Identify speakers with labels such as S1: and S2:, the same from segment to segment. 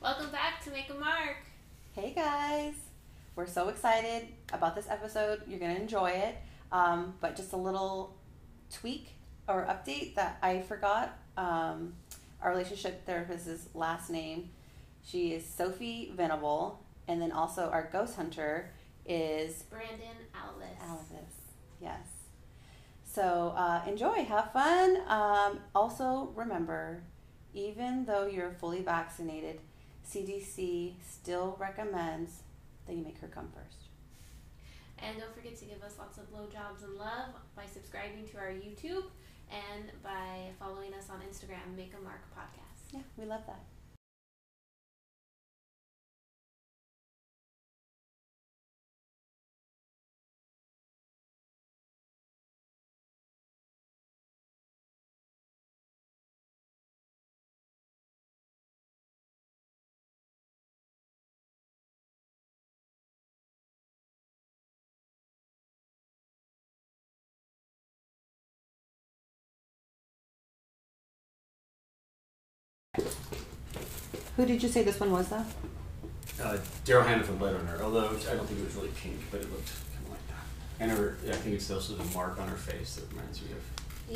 S1: Welcome back to Make a Mark.
S2: Hey guys, we're so excited about this episode. You're gonna enjoy it. Um, but just a little tweak or update that I forgot. Um, our relationship therapist's last name. She is Sophie Venable, and then also our ghost hunter is
S1: Brandon Alice.
S2: Alexis. Yes. So uh, enjoy, have fun. Um, also remember, even though you're fully vaccinated, CDC still recommends that you make her come first.
S1: And don't forget to give us lots of blowjobs and love by subscribing to our YouTube and by following us on Instagram, Make a Mark Podcast.
S2: Yeah, we love that. Who did you say this one was though?
S3: Uh, Daryl Hannah from Blade Runner, although I don't think it was really pink, but it looked kind of like that. I never, I think it's also the mark on her face that reminds me of.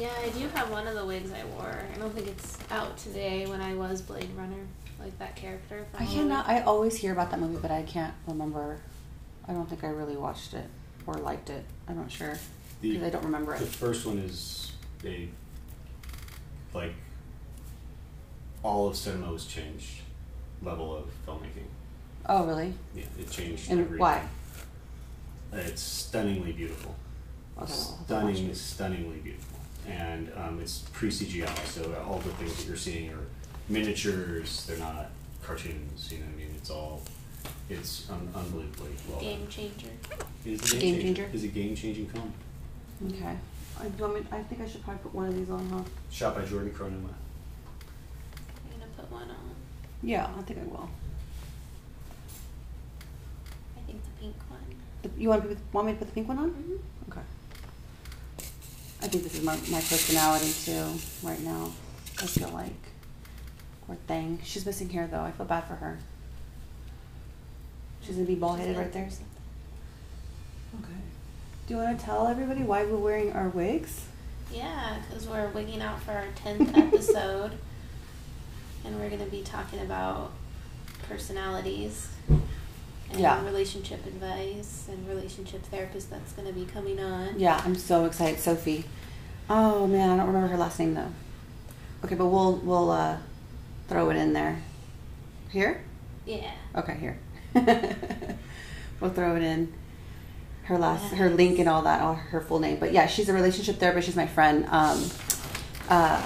S1: Yeah, I do have one of the wigs I wore. I don't think it's out today when I was Blade Runner, like that character.
S2: I cannot. I always hear about that movie, but I can't remember. I don't think I really watched it or liked it. I'm not sure
S3: The,
S2: because I don't remember
S3: the
S2: it.
S3: first one is a, like, all of cinema was changed, level of filmmaking.
S2: Oh, really?
S3: Yeah, it changed.
S2: And
S3: everything.
S2: why?
S3: It's stunningly beautiful.
S2: Okay, well, I'll have to watch
S3: stunning,
S2: it.
S3: stunningly beautiful, and um, it's pre CGI. So all the things that you're seeing are miniatures. They're not cartoons. You know what I mean? It's all it's un- unbelievably well. done.
S1: Game changer.
S3: It is a
S2: Game
S3: game
S2: changer.
S3: changer. Is a game changing film.
S2: Okay. I, do you want me, I think I should probably put one of these on, huh?
S3: Shot by Jordan Cronenweth.
S1: I'm gonna put one on.
S2: Yeah, I think I will.
S1: I think the pink one.
S2: The, you want, to, want me to put the pink one on?
S1: Mm-hmm.
S2: Okay. I think this is my, my personality too, right now. I feel like. Poor thing. She's missing hair though. I feel bad for her. She's gonna be bald headed right there. Okay. Do you want to tell everybody why we're wearing our wigs?
S1: Yeah, because we're wigging out for our 10th episode. and we're going to be talking about personalities and
S2: Yeah.
S1: relationship advice and relationship therapist that's going to be coming on.
S2: Yeah, I'm so excited, Sophie. Oh man, I don't remember her last name though. Okay, but we'll we'll uh, throw it in there. Here?
S1: Yeah.
S2: Okay, here. we'll throw it in. Her last, her link and all that, all her full name. But yeah, she's a relationship therapist. She's my friend. Um, uh,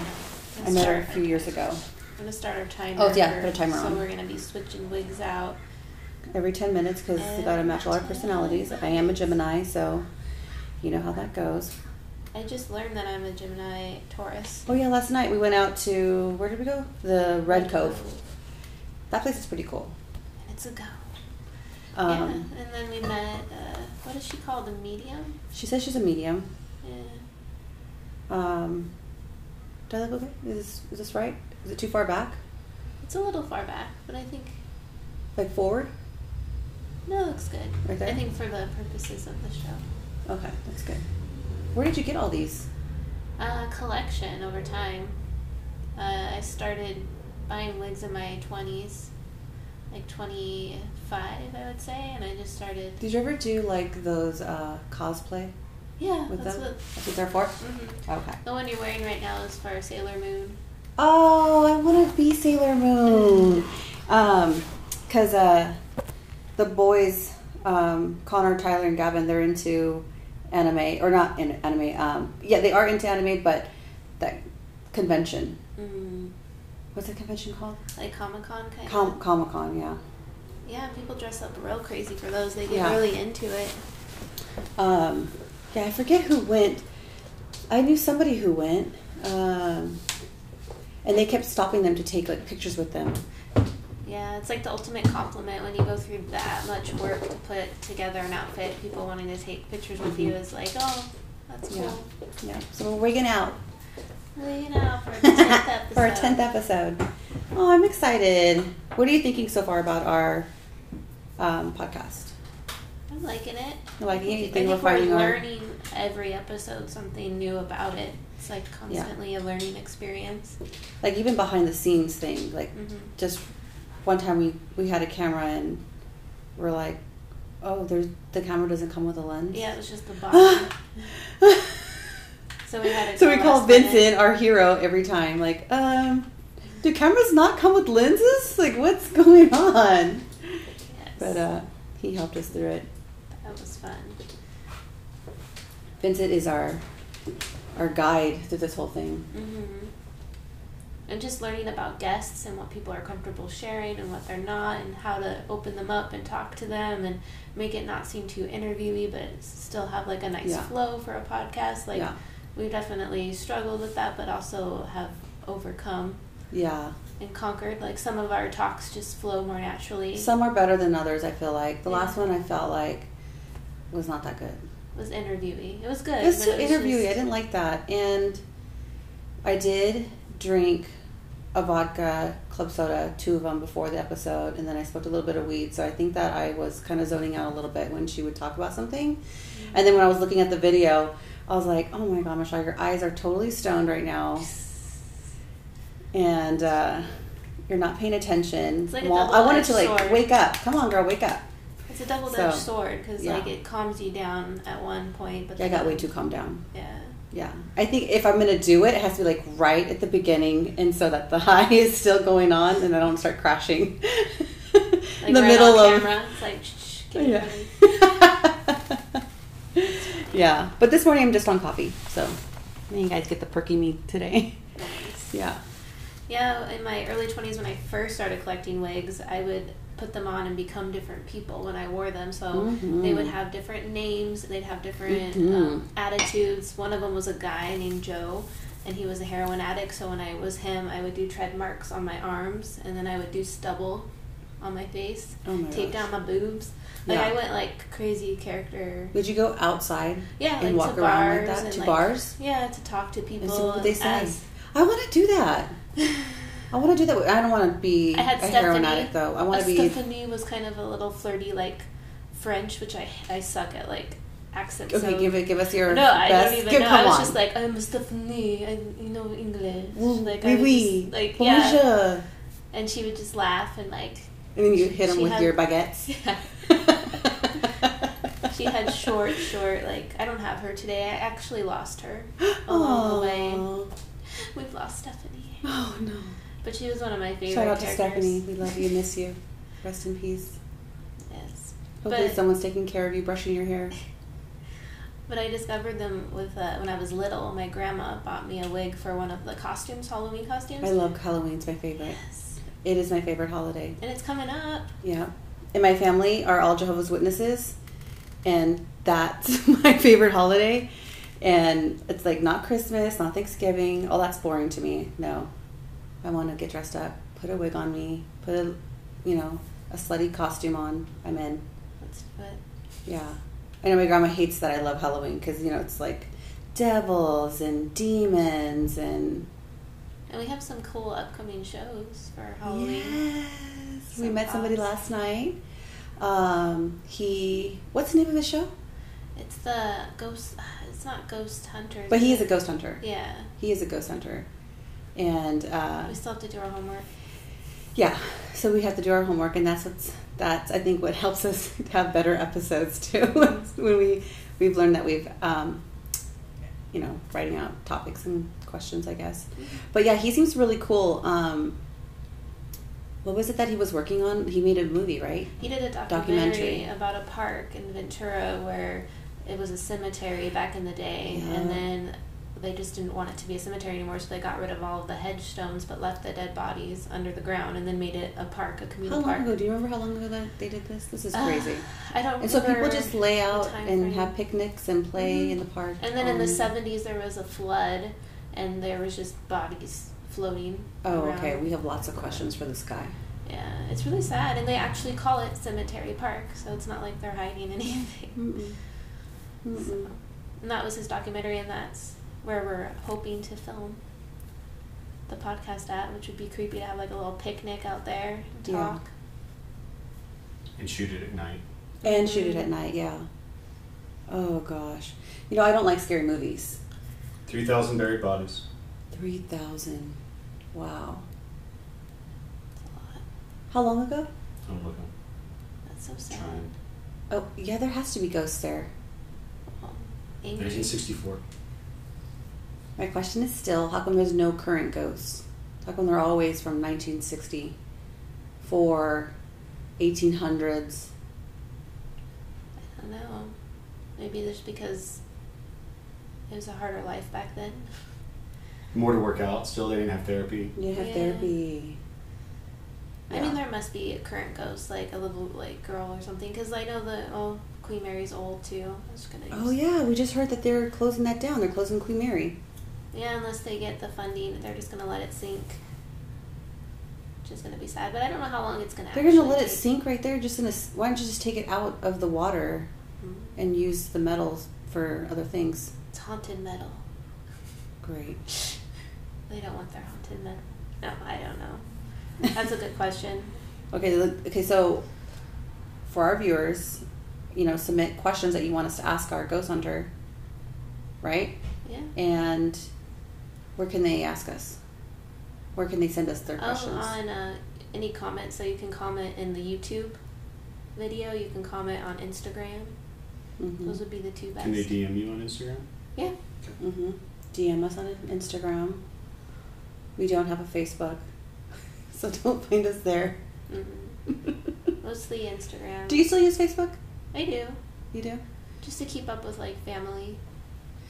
S2: I met her a few years ago.
S1: I'm going to start our timer.
S2: Oh, yeah, put a timer
S1: so
S2: on.
S1: So we're going to be switching wigs out.
S2: Every ten minutes because we got to match all our personalities. I am a Gemini, so you know how that goes.
S1: I just learned that I'm a Gemini Taurus.
S2: Oh yeah, last night we went out to where did we go? The Red Cove. That place is pretty cool.
S1: It's a go.
S2: Um,
S1: yeah. And then we met, uh, what is she called? A medium?
S2: She says she's a medium.
S1: Yeah.
S2: Um, did I look okay? Is this, is this right? Is it too far back?
S1: It's a little far back, but I think
S2: Like forward?
S1: no, it looks good.
S2: Right there?
S1: I think for the purposes of the show,
S2: Okay, that's good. Where did you get all these?
S1: uh, collection over time. Uh, I started buying wigs in my twenties, like twenty five, I would say, and I just started.
S2: Did you ever do like those uh, cosplay
S1: Yeah,
S2: with
S1: that's
S2: them?
S1: what.
S2: That's what they're for.
S1: hmm
S2: Okay.
S1: The one you're wearing right now is for Sailor Moon.
S2: Oh, I want to be Sailor Moon. Um, cause uh, the boys, um, Connor, Tyler, and Gavin, they're into anime or not in anime. Um, yeah, they are into anime, but that convention.
S1: Mm.
S2: What's the convention called?
S1: Like Comic Con kind
S2: Com-
S1: of.
S2: Comic Con, yeah.
S1: Yeah, people dress up real crazy for those. They get
S2: Yeah.
S1: really into it.
S2: Um, yeah, I forget who went. I knew somebody who went, um, and they kept stopping them to take like pictures with them.
S1: Yeah, it's like the ultimate compliment when you go through that much work to put together an outfit. People wanting to take pictures with you is like, oh, that's
S2: Mm-hmm. Yeah.
S1: cool.
S2: Yeah, so we're wigging out
S1: Well, you know, for the tenth episode.
S2: for our tenth episode. Oh, I'm excited. What are you thinking so far about our um, podcast?
S1: I'm liking it.
S2: You're liking it? You
S1: I
S2: think
S1: think
S2: we're
S1: we're
S2: finding our-
S1: learning every episode something new about it. It's like constantly a learning experience.
S2: Like even behind the scenes thing. Like
S1: Mhm.
S2: just one time we we had a camera and we're like, oh, there's the camera doesn't come with a lens.
S1: Yeah, it was just the bottom. so we had it.
S2: So we
S1: till
S2: call
S1: last minute.
S2: Vincent our hero every time. Like, um, do cameras not come with lenses? Like, what's going on?
S1: Yes.
S2: But uh, he helped us through it.
S1: that was fun.
S2: Vincent is our our guide through this whole thing.
S1: hmm And just learning about guests and what people are comfortable sharing and what they're not, and how to open them up and talk to them and make it not seem too interviewy, but still have like a nice
S2: Yeah.
S1: flow for a podcast. Like
S2: yeah,
S1: we definitely struggled with that, but also have overcome
S2: yeah.
S1: and conquered. Like some of our talks just flow more naturally.
S2: Some are better than others. I feel like the
S1: Yeah.
S2: last one I felt like was not that good.
S1: It was interviewee. It was good.
S2: It was
S1: but
S2: too
S1: it was
S2: interviewy. I
S1: just-
S2: didn't like that, and I did drink a vodka club soda, two of them before the episode, and then I smoked a little bit of weed. So I think that I was kind of zoning out a little bit when she would talk about something,
S1: Mm-hmm.
S2: and then when I was looking at the video, I was like, "Oh my god, Michelle, your eyes are totally stoned right now." and uh, you're not paying attention.
S1: It's like a
S2: well, I wanted to like
S1: double-edged sword.
S2: wake up. Come on, girl, wake up.
S1: It's a double-edged
S2: So,
S1: sword because
S2: yeah.
S1: like it calms you down at one point, but
S2: Yeah, I
S1: then,
S2: got way too calm down.
S1: Yeah.
S2: Yeah, I think if I'm gonna do it, it has to be like right at the beginning, and so that the high is still going on, and I don't start crashing.
S1: Like
S2: in the
S1: right
S2: middle
S1: on
S2: of
S1: camera. It's like shh, shh, get it
S2: yeah.
S1: ready.
S2: yeah, but this morning I'm just on coffee, so you guys get the perky me today.
S1: Nice.
S2: Yeah.
S1: Yeah, in my early 20s, when I first started collecting wigs, I would put them on and become different people when I wore them. So they would
S2: Mhm.
S1: have different names, they'd have different
S2: Mhm.
S1: um, attitudes. One of them was a guy named Joe, and he was a heroin addict. So when I was him, I would do tread marks on my arms, and then I would do stubble on my face,
S2: Oh my
S1: tape
S2: gosh.
S1: down my boobs. Like
S2: Yeah.
S1: I went like crazy character.
S2: Would you go outside
S1: Yeah,
S2: and
S1: like
S2: walk
S1: to
S2: around
S1: bars
S2: like that
S1: and
S2: to
S1: like,
S2: bars?
S1: Yeah, to talk to people.
S2: And see what they
S1: and
S2: say.
S1: ask-
S2: I want to do that. I want to do that. I don't want to be
S1: I had
S2: a heroin
S1: Stephanie.
S2: addict, though. I want to
S1: Uh,
S2: be.
S1: Stephanie was kind of a little flirty, like French, which I I suck at like accents.
S2: okay,
S1: so-
S2: give it. Give us your
S1: No, I
S2: best.
S1: don't even
S2: give,
S1: know.
S2: Come
S1: I was
S2: on.
S1: just like I'm Stephanie. I you know English.
S2: Well,
S1: like
S2: oui,
S1: I was
S2: oui.
S1: just, like yeah,
S2: Bonjour.
S1: and she would just laugh and like
S2: And then you hit them
S1: She
S2: with
S1: had-
S2: your baguettes.
S1: yeah. She had short, short like I don't have her today. I actually lost her along the way.
S2: Aw.
S1: We've lost Stephanie,
S2: Oh no!
S1: but she was one of my favorite.
S2: Shout out to
S1: characters.
S2: Stephanie. We love you. Miss you. Rest in peace.
S1: Yes.
S2: Hopefully,
S1: But-
S2: someone's taking care of you, brushing your hair.
S1: But I discovered them with uh, when I was little. My grandma bought me a wig for one of the costumes, Halloween costumes.
S2: I love Halloween. It's my favorite.
S1: Yes.
S2: It is my favorite holiday.
S1: And it's coming up.
S2: Yeah. And my family are all Jehovah's Witnesses, and that's my favorite holiday. And it's like not Christmas, not Thanksgiving. All that's boring to me. No. I want to get dressed up, put a wig on me, put a, you know, a slutty costume on. I'm in.
S1: Let's do it.
S2: Yeah. I know my grandma hates that I love Halloween because, you know, it's like devils and demons and.
S1: And we have some cool upcoming shows for Halloween.
S2: Yes. We
S1: Some
S2: met somebody
S1: props.
S2: last night. Um, he. What's the name of his show?
S1: It's the ghost. uh, It's not Ghost Hunters.
S2: But he is a ghost hunter.
S1: Yeah.
S2: He is a ghost hunter. And uh,
S1: We still have to do our homework.
S2: yeah, so we have to do our homework, and that's what's that's I think what helps us to have better episodes too. when we we've learned that we've um, you know writing out topics and questions, I guess. But yeah, he seems really cool. Um, what was it that he was working on? He made a movie, right?
S1: He did a documentary,
S2: Documentary.
S1: about a park in Ventura where it was a cemetery back in the day, and
S2: Yeah.
S1: then they just didn't want it to be a cemetery anymore, so they got rid of all of the headstones but left the dead bodies under the ground, and then made it a park, a
S2: How
S1: communal
S2: long
S1: park.
S2: ago? Do you remember how long ago that they did this? This is
S1: Uh,
S2: crazy.
S1: I don't.
S2: and so people
S1: remember
S2: just lay
S1: the
S2: out
S1: time
S2: and
S1: frame.
S2: have picnics and play
S1: Mhm.
S2: in the park.
S1: And then in the
S2: on-
S1: seventies, there was a flood, and there was just bodies floating.
S2: Oh,
S1: around.
S2: okay. We have lots of questions for this guy.
S1: Yeah, it's really sad, and they actually call it Cemetery Park, so it's not like they're hiding anything.
S2: Mm-mm.
S1: So, and that was his documentary, and that's where we're hoping to film. the podcast at, which would be creepy to have like a little picnic out there and
S2: Yeah.
S1: talk.
S3: and shoot it at night.
S2: And shoot it at night, yeah. Oh gosh. You know, I don't like scary movies.
S3: 3,000 buried bodies.
S2: 3,000. Wow.
S1: It's a lot.
S2: How long ago?
S3: I'm looking.
S1: That's so sad.
S3: Trying.
S2: Oh, yeah, there has to be ghosts there.
S1: Well, angry.
S3: 1964.
S2: My question is still how come there's no current ghosts? How come they're always from 1964, 1800s?
S1: I don't know. Maybe that's because it was a harder life back then.
S3: More to work out. Still, they didn't have therapy.
S2: You have
S1: Yeah.
S2: therapy.
S1: I mean,
S2: Yeah.
S1: there must be a current ghost, like a little like girl or something, because I know the oh Queen Mary's old too. I was gonna.
S2: Oh,
S1: use-
S2: yeah, we just heard that they're closing that down. They're closing Queen Mary.
S1: Yeah, unless they get the funding, they're just gonna let it sink. Which is gonna be sad, but I don't know how long it's gonna.
S2: They're going to
S1: actually
S2: let it
S1: take.
S2: sink right there just in a. s- Why don't you just take it out of the water
S1: Mhm.
S2: and use the metals for other things?
S1: It's haunted metal.
S2: Great.
S1: They don't want their haunted metal. No, I don't know. That's a good question.
S2: Okay, look- okay, so for our viewers, you know, submit questions that you want us to ask our ghost hunter, right?
S1: Yeah.
S2: And where can they ask us? Where can they send us their
S1: Oh,
S2: questions?
S1: on uh, any comment, so you can comment in the YouTube video. You can comment on Instagram.
S2: mm-hmm.
S1: Those would be the two best.
S3: Can they DM you on Instagram?
S1: yeah.
S2: hmm DM us on Instagram. We don't have a Facebook, so don't find us there.
S1: hmm Mostly Instagram.
S2: do you still use Facebook?
S1: I do.
S2: You do?
S1: Just to keep up with like family.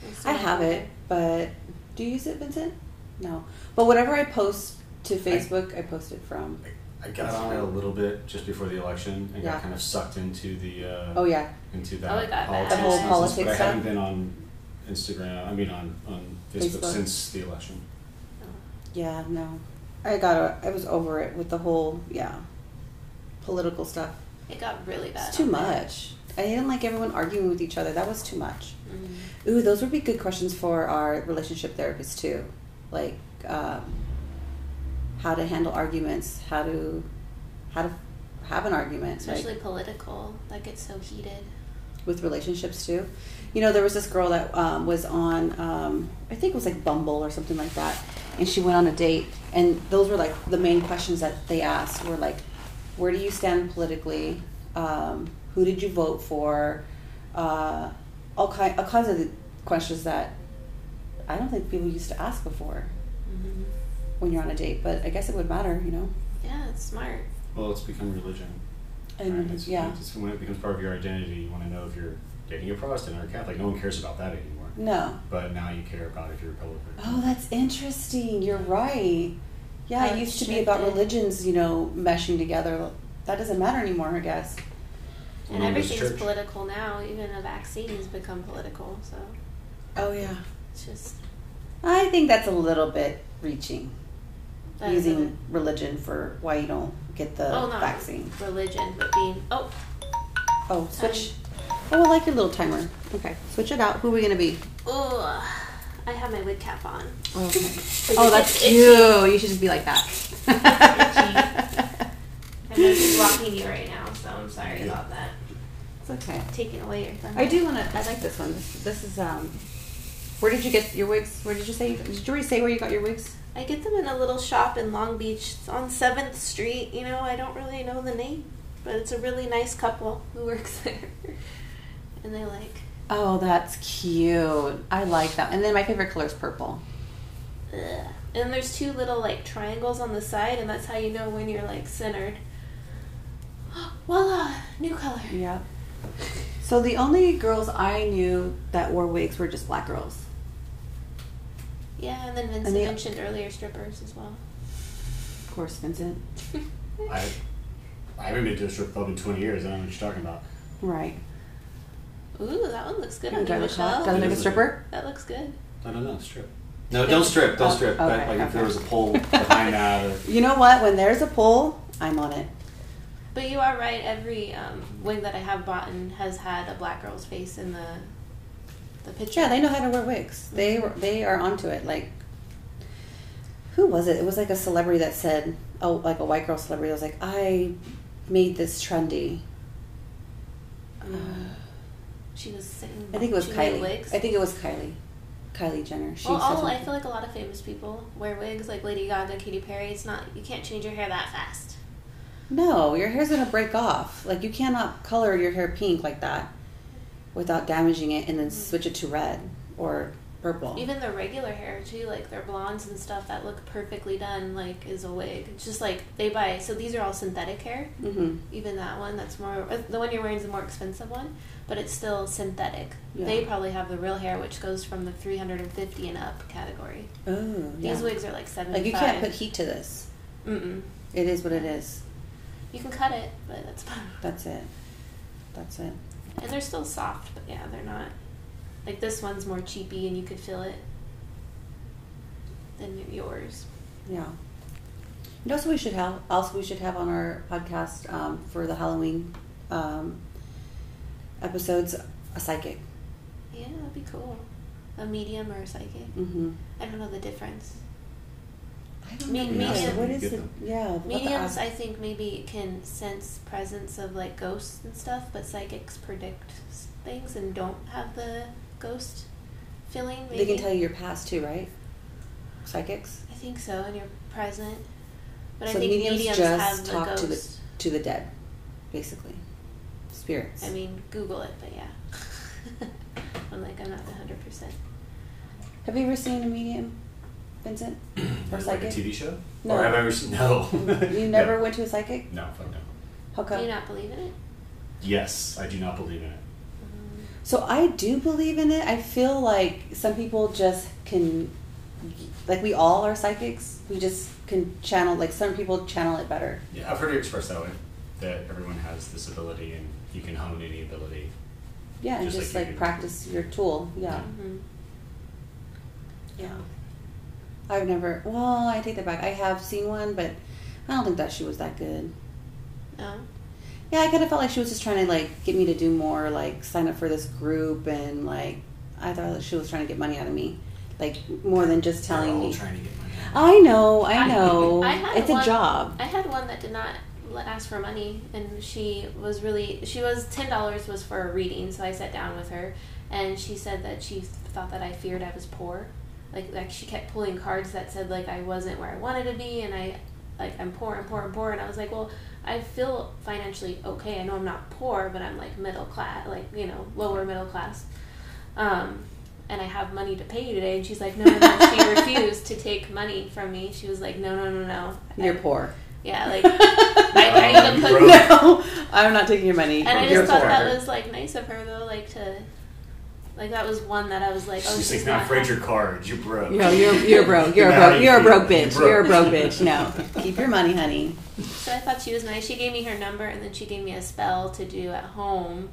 S1: and
S2: I
S1: stuff.
S2: have it, but do you use it, Vincent? No. But whatever I post to Facebook, I, post it from.
S3: I got on it a little bit just before the election and
S2: Um, Yeah.
S3: got kind of sucked into the uh,
S2: Oh yeah,
S3: into
S1: Oh,
S3: that
S1: it got bad.
S3: politics.
S1: The whole
S3: nonsense,
S2: politics
S3: but I
S2: stuff?
S3: haven't been on Instagram. I mean, on on Facebook,
S2: Facebook.
S3: since the election.
S1: Oh,
S2: yeah. No, I got. A, I was over it with the whole yeah, political stuff.
S1: It got really bad.
S2: It's too
S1: on there.
S2: much. I didn't like everyone arguing with each other. That was too much.
S1: Mhm.
S2: Ooh, those would be good questions for our relationship therapist too, like um, how to handle arguments, how to how to have an argument, like,
S1: Especially political. That gets so heated.
S2: with relationships too. You know, there was this girl that um, was on, um, I think it was like Bumble or something like that, and she went on a date, and those were like the main questions that they asked were like, where do you stand politically? Um, who did you vote for? Uh, all, ki- all kinds of questions that I don't think people used to ask before Mm-hmm.
S1: hmm
S2: when you're on a date, but I guess it would matter, you know.
S1: Yeah, it's smart.
S3: Well, it's become religion.
S2: And
S3: right? It's-
S2: yeah,
S3: it's when it becomes part of your identity. You want to know if you're dating a Protestant or a Catholic. No one cares about that anymore.
S2: no.
S3: But now you care about if you're Republican.
S2: Mm. Oh, that's interesting. You're right. Yeah,
S1: How
S2: it
S1: it's
S2: used to be about
S1: shifted.
S2: religions, you know, meshing together. That doesn't matter anymore, I guess.
S1: And
S3: Well, there's
S1: everything's
S3: church.
S1: political now. Even a vaccine has become political. So
S2: Oh yeah.
S1: it's just
S2: I think that's a little bit reaching
S1: that
S2: using religion for why you don't get the
S1: Oh, no.
S2: vaccine.
S1: religion, but being oh Um,
S2: Oh, switch. Oh, I like your little timer. Okay, switch it out. Who are we gonna be?
S1: oh, I have my wig cap on.
S2: Okay.
S1: It
S2: Oh,
S1: gets
S2: that's
S1: itchy.
S2: you. You should just be like that.
S1: I'm gonna be blocking you right now, so I'm sorry
S3: Yeah.
S1: about that.
S2: it's okay.
S1: Taking away your thunder.
S2: I do want to. I like this one. This, this is um. Where did you get your wigs? Where did you say? Did you already say where you got your wigs?
S1: I get them in a little shop in Long Beach. It's on Seventh Street. You know, I don't really know the name, but it's a really nice couple who works there, and they like
S2: Oh, that's cute. I like that. And then my favorite color is purple.
S1: Ugh. And there's two little like triangles on the side, and that's how you know when you're like centered. Voila! New color.
S2: Yeah. So the only girls I knew that wore wigs were just black girls.
S1: Yeah, and then Vincent
S2: And they-
S1: mentioned earlier strippers as well.
S2: Of course, Vincent.
S3: I, I haven't been to a strip club in 20 years. I don't know what you're talking about.
S2: Right.
S1: Ooh, that one looks good
S2: Do
S1: on
S2: I
S1: you,
S2: look hot? Do
S1: Michelle.
S2: I look like a stripper?
S1: That looks good.
S3: I don't know. Strip. No, don't strip. Don't
S2: Oh,
S3: strip.
S2: okay,
S3: but like if there
S2: okay.
S3: was a pole behind that, or
S2: You know what? When there's a poll, I'm on it.
S1: But you are right. Every um, wig that I have bought and has had a black girl's face in the the picture.
S2: Yeah, they know how to wear wigs. They were- they are onto it. Like who was it? It was like a celebrity that said, oh, like a white girl celebrity. was like, I made this trendy. Uh,
S1: Um, She was sitting.
S2: I think it was
S1: she made
S2: Kylie.
S1: Wigs.
S2: I think it was Kylie. Kylie Jenner. She
S1: well,
S2: said
S1: all I
S2: something.
S1: feel like a lot of famous people wear wigs, like Lady Gaga, Katy Perry. It's not you can't change your hair that fast.
S2: No, your hair's gonna break off. Like you cannot color your hair pink like that without damaging it and then switch it to red or purple.
S1: Mm-hmm. Even their regular hair too, like their blondes and stuff that look perfectly done, like is a wig. It's just like they buy. So these are all synthetic hair.
S2: mm-hmm.
S1: Even that one, that's more uh, the one you're wearing is a more expensive one, but it's still synthetic.
S2: Yeah.
S1: They probably have the real hair, which goes from the 350 and up category.
S2: Oh, yeah.
S1: These wigs are like 75.
S2: like you can't put heat to this.
S1: Mm-mm.
S2: It is what it is.
S1: You can cut it, but that's about.
S2: That's it. That's it.
S1: And they're still soft, but yeah, they're not. Like this one's more cheapy, and you could feel it than yours.
S2: Yeah. And also, we should have also we should have on our podcast um, for the Halloween um, episodes a psychic.
S1: Yeah, that'd be cool. A medium or a psychic.
S2: Mm-hmm.
S1: I don't know the difference.
S2: I don't
S1: Me-
S2: know.
S1: medium.
S2: What is
S3: Get
S2: it?
S3: them.
S2: Yeah. what the
S1: Mediums,
S2: act-
S1: I think, maybe can sense presence of like ghosts and stuff, but psychics predict s- things and don't have the ghost feeling. Maybe.
S2: They can tell you your past too, right? Psychics
S1: I think so, and you're present. But
S2: So
S1: I think
S2: mediums
S1: mediums,
S2: just
S1: have the
S2: talk to the-
S1: ghost.
S2: to the dead, basically, spirits.
S1: I mean, Google it, but yeah. I'm like, I'm not 100%.
S2: have you ever seen a medium, Vincent? Or
S3: Like a
S2: psychic?
S3: TV show?
S2: No.
S3: Or have I ever seen? No.
S2: You never went to a psychic?
S3: No, fuck no.
S2: How come?
S1: Do you not believe in it?
S3: Yes, I do not believe in it.
S1: Mm,
S2: So I do believe in it. I feel like some people just can, like we all are psychics. We just can channel. Like some people channel it better.
S3: Yeah, I've heard it expressed that way, that everyone has this ability and you can hone any ability.
S2: Yeah, and
S3: Just
S2: just
S3: like
S2: like,
S3: you do.
S2: practice your tool. Yeah,
S1: mhm.
S2: yeah. I've never. Well, I take that back. I have seen one, but I don't think that she was that good.
S1: No?
S2: Yeah, I kind of felt like she was just trying to like get me to do more, like sign up for this group, and like I thought that she was trying to get money out of me, like more than just
S3: They're
S2: telling
S3: all
S2: me.
S3: trying to get money.
S2: I know,
S1: I-
S2: I know.
S1: I had
S2: it's a
S1: one-
S2: job.
S1: I had one that did not l- ask for money, and she was really she was ten dollars was for a reading, so I sat down with her, and she said that she thought that I feared I was poor, like like she kept pulling cards that said like I wasn't where I wanted to be, and I like I'm poor, I'm poor, I'm poor, and I was like, well, I feel financially okay. I know I'm not poor, but I'm like middle class, like you know lower middle class. Um, and I have money to pay you today. And she's like, no, no, no. she refused to take money from me. She was like, no, no, no, no.
S2: You're poor.
S1: Yeah, like,
S2: I,
S1: I even put-
S2: no, I'm not taking your money.
S1: and I
S2: You're
S1: just thought
S2: poor.
S1: that was like nice of her though, like to, like that was one that I was like, oh,
S3: She's like, not afraid your cards, you're broke.
S2: No, you're you're broke. You're a
S3: Now
S2: broke.
S3: you
S2: You're a
S3: feel-
S2: broke bitch. You're a broke bitch. No, keep your money, honey.
S1: So I thought she was nice. She gave me her number, and then she gave me a spell to do at home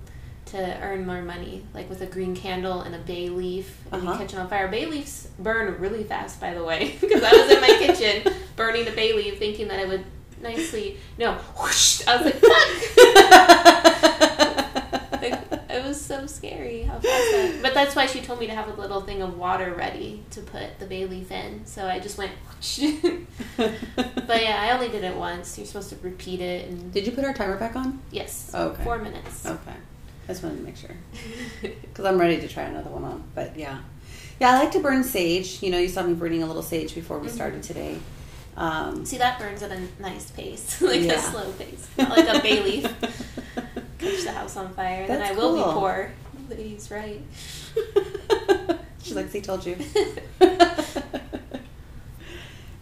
S1: to earn more money, like with a green candle and a bay leaf in the
S2: Uh-huh.
S1: kitchen on fire. Bay leaves burn really fast, by the way, because I was in my kitchen burning a bay leaf, thinking that it would nicely no. Whoosh, I was like, fuck. Like, it was so scary how fast that. But that's why she told me to have a little thing of water ready to put the bay leaf in. So I just went. but yeah, I only did it once. You're supposed to repeat it and
S2: Did you put our timer back on?
S1: Yes.
S2: Okay.
S1: Four minutes.
S2: Okay, I just wanted to make sure because I'm ready to try another one on. But yeah, yeah, I like to burn sage. You know, you saw me burning a little sage before we
S1: Mhm.
S2: started today. Um,
S1: See, that burns at a nice pace, like
S2: Yeah.
S1: a slow pace, not like a bay leaf. Catch the house on fire, then
S2: That's
S1: I will be
S2: cool.
S1: poor. He's right.
S2: She's like, "See, told you."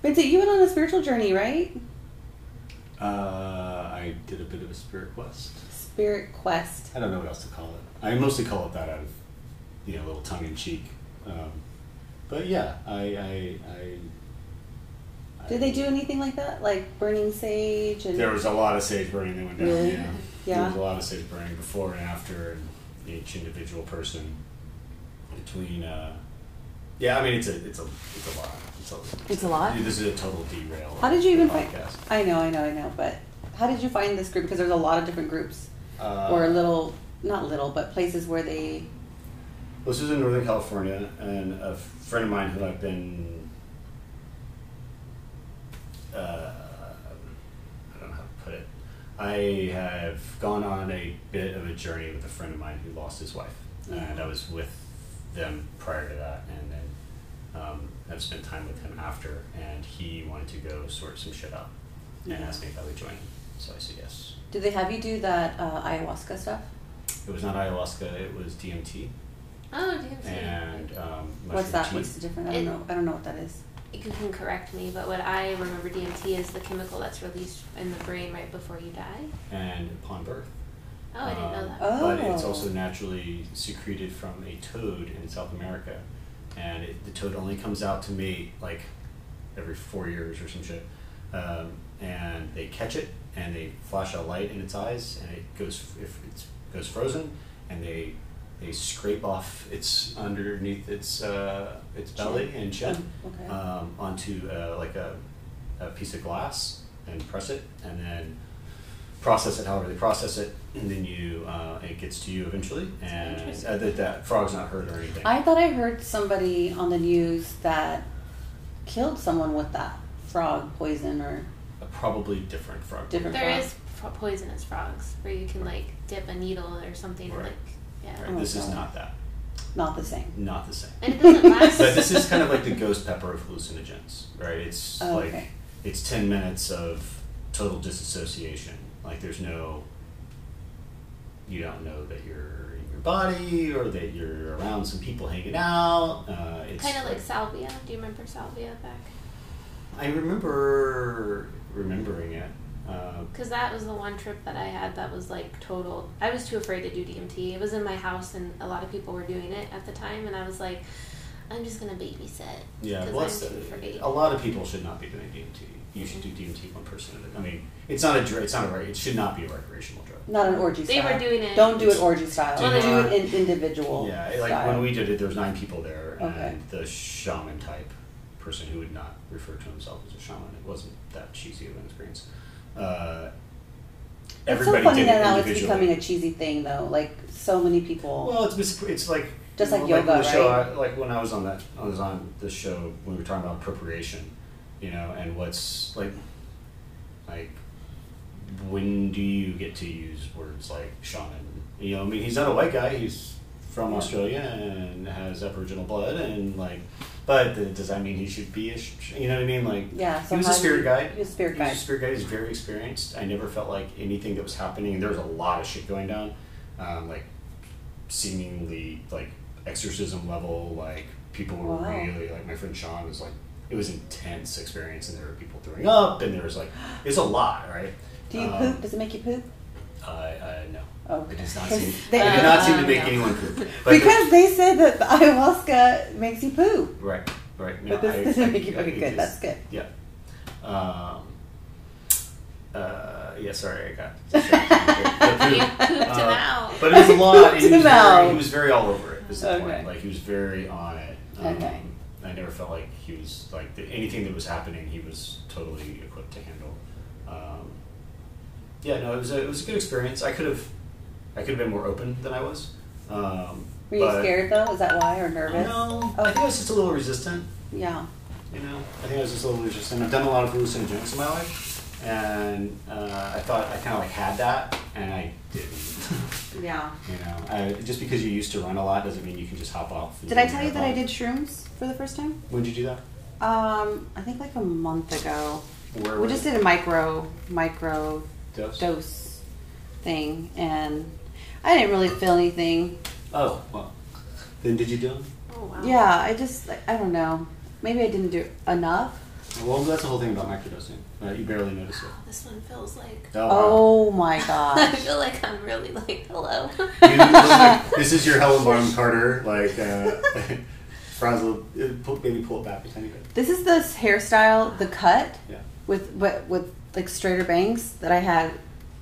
S2: Vincent, you went on a spiritual journey, right?
S3: Uh, I did a bit of a spirit quest.
S2: Spirit quest.
S3: I don't know what else to call it. I mostly call it that out of, you know, a little tongue in cheek. Um, but yeah, I, I, I, I.
S2: Did they do anything like that, like burning sage and?
S3: There was a lot of sage burning that went down.
S2: Really?
S3: Yeah. There
S2: Yeah.
S3: was a lot of sage burning before and after and each individual person. Between, uh, yeah, I mean it's a it's a it's a lot. It's a,
S2: It's a lot?
S3: This is a total derail.
S2: How did you even find?
S3: podcast.
S2: I know, I know, I know. But how did you find this group? Because there's a lot of different groups
S3: Uh,
S2: or little, not little, but places where they.
S3: This was in Northern California, and a friend of mine who I've been uh, I don't know how to put it. I have gone on a bit of a journey with a friend of mine who lost his wife, and I was with them prior to that, and then um, I've spent time with him after, and he wanted to go sort some shit out, and
S2: Yeah.
S3: asked me if I would join him. So I said yes.
S2: Did they have you do that uh, ayahuasca stuff?
S3: It was not ayahuasca; it was DMT
S1: Oh, DMT.
S3: and um, mushroom
S2: What's that?
S3: tea.
S2: What's the difference? I don't
S1: It-
S2: know. I don't know what that is.
S1: You can correct me, but what I remember DMT is the chemical that's released in the brain right before you die.
S3: and upon birth.
S1: Oh, I didn't know
S3: Um,
S1: that.
S2: Oh.
S3: But it's also naturally secreted from a toad in South America, and it, the toad only comes out to mate like every four years or some shit. Um, and they catch it and they flash a light in its eyes, and it goes if it goes frozen, and they they scrape off its underneath its uh, its belly and chin
S2: Oh, Okay.
S3: um, onto uh, like a, a piece of glass and press it and then process it however they process it and then you uh, it gets to you eventually and
S1: Interesting.
S3: uh, that, that frog's not hurt or anything
S2: I thought I heard somebody on the news that killed someone with that frog poison or
S3: a probably different frog
S2: different.
S1: There
S2: frog.
S1: is fro- poisonous frogs where you can like dip a needle or something and,
S3: Right.
S1: like yeah.
S3: Right, this is
S2: Okay.
S3: not that
S2: not the same.
S3: not the same
S1: And it doesn't last.
S3: but this is kind of like the ghost pepper of hallucinogens right it's
S2: Oh,
S3: like
S2: okay.
S3: it's 10 minutes of total disassociation like there's no you don't know that you're in your body or that you're around some people hanging out uh, it's
S1: kind of like salvia. Do you remember salvia back?
S3: i remember remembering it uh,
S1: Because that was the one trip that I had that was like total. I was too afraid to do DMT. It was in my house, and a lot of people were doing it at the time, and I was like, I'm just gonna babysit.
S3: yeah
S1: 'cause
S3: well, that's-
S1: I'm too afraid.
S3: a lot of people should not be doing dmt you should do dmt one person at a i mean it's not a dr- it's not a re- it should not be a recreational drug
S2: Not an orgy
S1: They
S2: style.
S1: were doing it-
S2: Don't do it orgy style.
S3: Do
S2: Do
S3: not-
S2: it in individual.
S3: Yeah, like
S2: style.
S3: when we did it, there was nine people there,
S2: Okay.
S3: and the shaman type person who would not refer to himself as a shaman. It wasn't that cheesy of an experience. Uh,
S2: It's
S3: everybody
S2: so funny
S3: did
S2: that
S3: it
S2: now it's
S3: individually.
S2: becoming a cheesy thing though. Like so many people.
S3: well, it's mis- it's like
S2: Just like
S3: well, when
S2: yoga,
S3: the show,
S2: right?
S3: I- like when I was on that, I was on this show. We were talking about appropriation, you know, and what's like, like when do you get to use words like shaman? You know, I mean, he's not a white guy. He's from Australia and has Aboriginal blood, and like, but th- does that mean he should be a? Sh- you know what I mean? Like,
S2: yeah. So
S3: he was
S2: how
S3: a
S2: do
S3: spirit
S2: you-
S3: guide.
S2: He was a spirit guide.
S3: He's a spirit guide. He's very experienced. I never felt like anything that was happening. There was a lot of shit going down, um, like seemingly like exorcism level. Like people were
S2: Wow.
S3: really like my friend Sean was like it was intense experience, and there were people throwing up, and there was like it was a lot, right?
S2: Do you
S3: Um,
S2: poop? Does it make you poop?
S3: I I no.
S2: Oh,
S3: It does not
S2: okay.
S3: seem.
S2: They-
S3: it did not seem to
S1: Uh,
S3: make
S1: no.
S3: anyone poop. But
S2: Because they said that the ayahuasca makes you poop.
S3: right, right. No,
S2: but this
S3: I-
S2: doesn't
S3: I-
S2: make you
S3: I-
S2: okay,
S3: it
S2: good.
S3: is-
S2: That's good.
S3: Yeah. Um, uh, yeah, sorry, I got. distracted.
S1: you
S3: The poop.
S1: pooped him
S3: Uh,
S1: out.
S3: But it was a lot. and he,
S2: Pooped
S3: was
S2: him
S3: very,
S2: out.
S3: he was very all over it. Is the
S2: Okay.
S3: point? Like he was very on it. Um,
S2: Okay.
S3: I never felt like he was like the, anything that was happening. He was totally equipped to handle. Um, yeah, no, it was a, it was a good experience. I could have, I could have been more open than I was. Um,
S2: Were you
S3: but-
S2: scared though? Is that why or nervous?
S3: No, I
S2: Oh.
S3: think I was just a little resistant.
S2: Yeah.
S3: You know, I think I was just a little resistant. I've done a lot of hallucinogens in my life, and uh, I thought I kind of like had that, and I didn't.
S2: Yeah.
S3: you know, I, just because you used to run a lot doesn't mean you can just hop off. and
S2: Did
S3: do
S2: I tell you that I
S3: marathon.
S2: did shrooms for the first time?
S3: When did you do that?
S2: Um, I think like a month ago.
S3: Where
S2: We
S3: was
S2: just
S3: it?
S2: did a micro micro
S3: Dose?
S2: dose thing, and I didn't really feel anything.
S3: Oh, well. Then did you do them?
S1: oh wow.
S2: Yeah, I just like, I don't know. Maybe I didn't do enough.
S3: Well, that's the whole thing about microdosing. Uh, you barely notice it.
S1: This one feels like.
S3: Oh, wow.
S2: Oh my
S1: I
S2: gosh.
S1: feel like I'm really like hello.
S2: Oh.
S3: You look like- this is your Helen Bonham Carter, like, uh, frazzled. uh, pull- Maybe pull it back a tiny bit.
S2: This is this hairstyle, the cut
S3: Yeah.
S2: with but with like straighter bangs that I had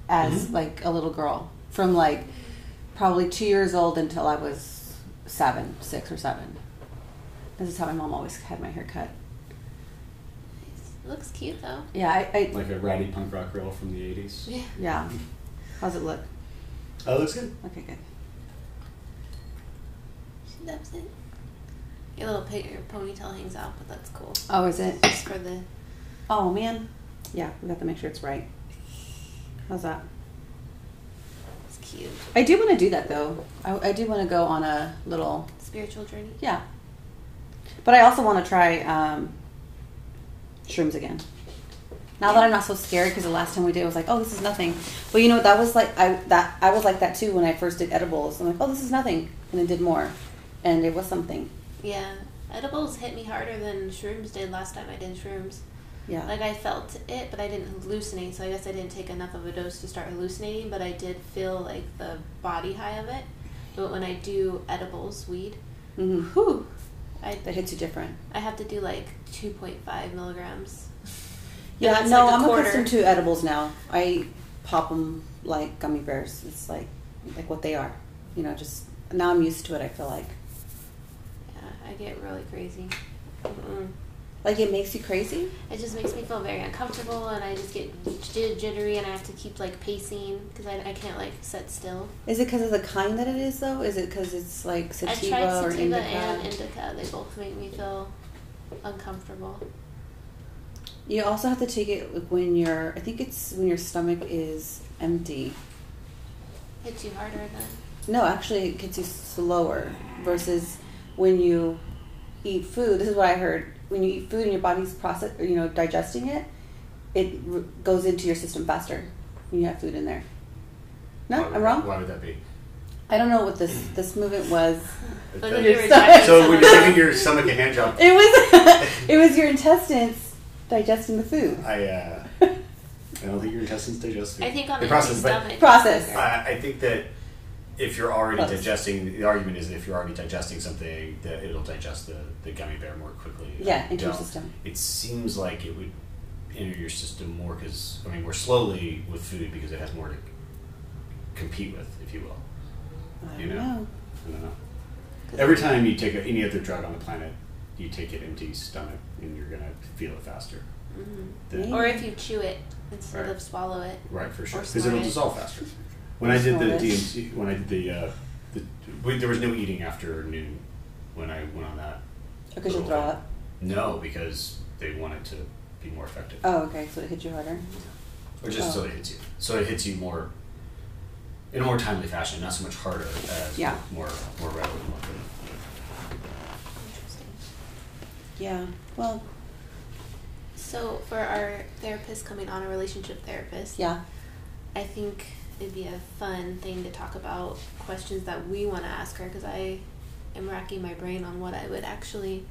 S2: as
S3: Mhm.
S2: like a little girl from like probably two years old until I was seven, six or seven. This is how my mom always had my hair cut.
S1: looks cute though.
S2: Yeah, I, I
S3: Like a ratty punk rock girl from the 80s.
S1: Yeah.
S2: yeah. How's it look?
S3: Oh, it looks good.
S2: Okay, good.
S1: She loves it. Your little pig, your ponytail hangs out, but that's cool.
S2: Oh, is it?
S1: Just for the
S2: Oh man, Yeah, we have to make sure it's right. How's that?
S1: It's cute.
S2: I do want to do that though. I, I do want to go on a little
S1: Spiritual journey.
S2: yeah. But I also want to try um, shrooms again. Now that I'm not so scared, because the last time we did, it was like, oh, this is nothing. But you know, that was like I that I was like that too when I first did edibles. I'm like, oh, this is nothing, and I did more, and it was something.
S1: Yeah. Edibles hit me harder than shrooms did last time I did shrooms.
S2: Yeah.
S1: Like I felt it, but I didn't hallucinate, so I guess I didn't take enough of a dose to start hallucinating, but I did feel like the body high of it. But when I do edibles, weed,
S2: hmm
S1: whew, I,
S2: That hits you different.
S1: I have to do like 2.5 milligrams.
S2: Yeah,
S1: that's
S2: no,
S1: like a
S2: I'm
S1: quarter.
S2: accustomed to edibles now. I pop them like gummy bears. It's like like what they are. You know, just now I'm used to it. I feel like
S1: Yeah, I get really crazy. Mm-mm.
S2: like it makes you crazy.
S1: It just makes me feel very uncomfortable, and I just get j- jittery, and I have to keep like pacing because I, I can't like sit still.
S2: Is it because of the kind that it is though? Is it because it's like sativa,
S1: I tried
S2: or
S1: sativa
S2: indica?
S1: and indica; they both make me feel uncomfortable.
S2: you also have to take it like, when your I think it's when your stomach is empty.
S1: Hits you harder than
S2: No, actually, it gets you slower versus when you eat food. This is what I heard. When you eat food and your body's process, or, you know, digesting it, it r- goes into your system faster when you have food in there. No,
S3: Why would
S2: I'm
S3: that-
S2: wrong.
S3: Why would that be?
S2: I don't know what this this movement was.
S1: Like
S3: That-
S1: if you were
S2: Your
S1: jacking
S3: so
S1: someone
S3: when you're
S1: up.
S3: giving your stomach a hand job,
S2: It was it was your intestines digesting the food.
S3: I uh, I don't think your intestines digest food.
S1: I think on
S3: They
S1: the
S3: process, but
S1: stomach.
S2: Process.
S3: I, I think that if you're already
S2: Close.
S3: digesting, the argument is that if you're already digesting something, that it'll digest the, the gummy bear more quickly.
S2: Yeah, into your
S3: Don't-
S2: system.
S3: It seems like it would enter your system more because I mean we're slowly with food because it has more to compete with, if you will.
S2: I
S3: You
S2: don't
S3: know.
S2: know.
S3: I don't know. Every time you take a, any other drug on the planet, you take an empty stomach and you're gonna feel it faster. than-
S2: Mm-hmm. Yeah.
S1: Or if you chew it instead
S3: Right.
S1: of swallow it.
S3: Right, for sure,
S1: Or
S3: because
S1: snort
S3: it'll
S1: it.
S3: dissolve faster. When I did the
S2: Snort it.
S3: DMT, when I did the, uh, the we, there was no eating after noon when I went on that.
S2: Because you'll
S3: little
S2: throw
S3: thing.
S2: up.
S3: No, because they want it to be more effective,
S2: Oh, okay. So it hit you harder.
S3: or just so
S2: oh.
S3: it hits you. So it hits you more in a more timely fashion, not so much harder as
S2: Yeah.
S3: more more readily. More quickly.
S1: Interesting.
S2: Yeah. Well.
S1: So for our therapist coming on, a relationship therapist,
S2: Yeah.
S1: I think it'd be a fun thing to talk about questions that we want to ask her because I am racking my brain on what I would actually.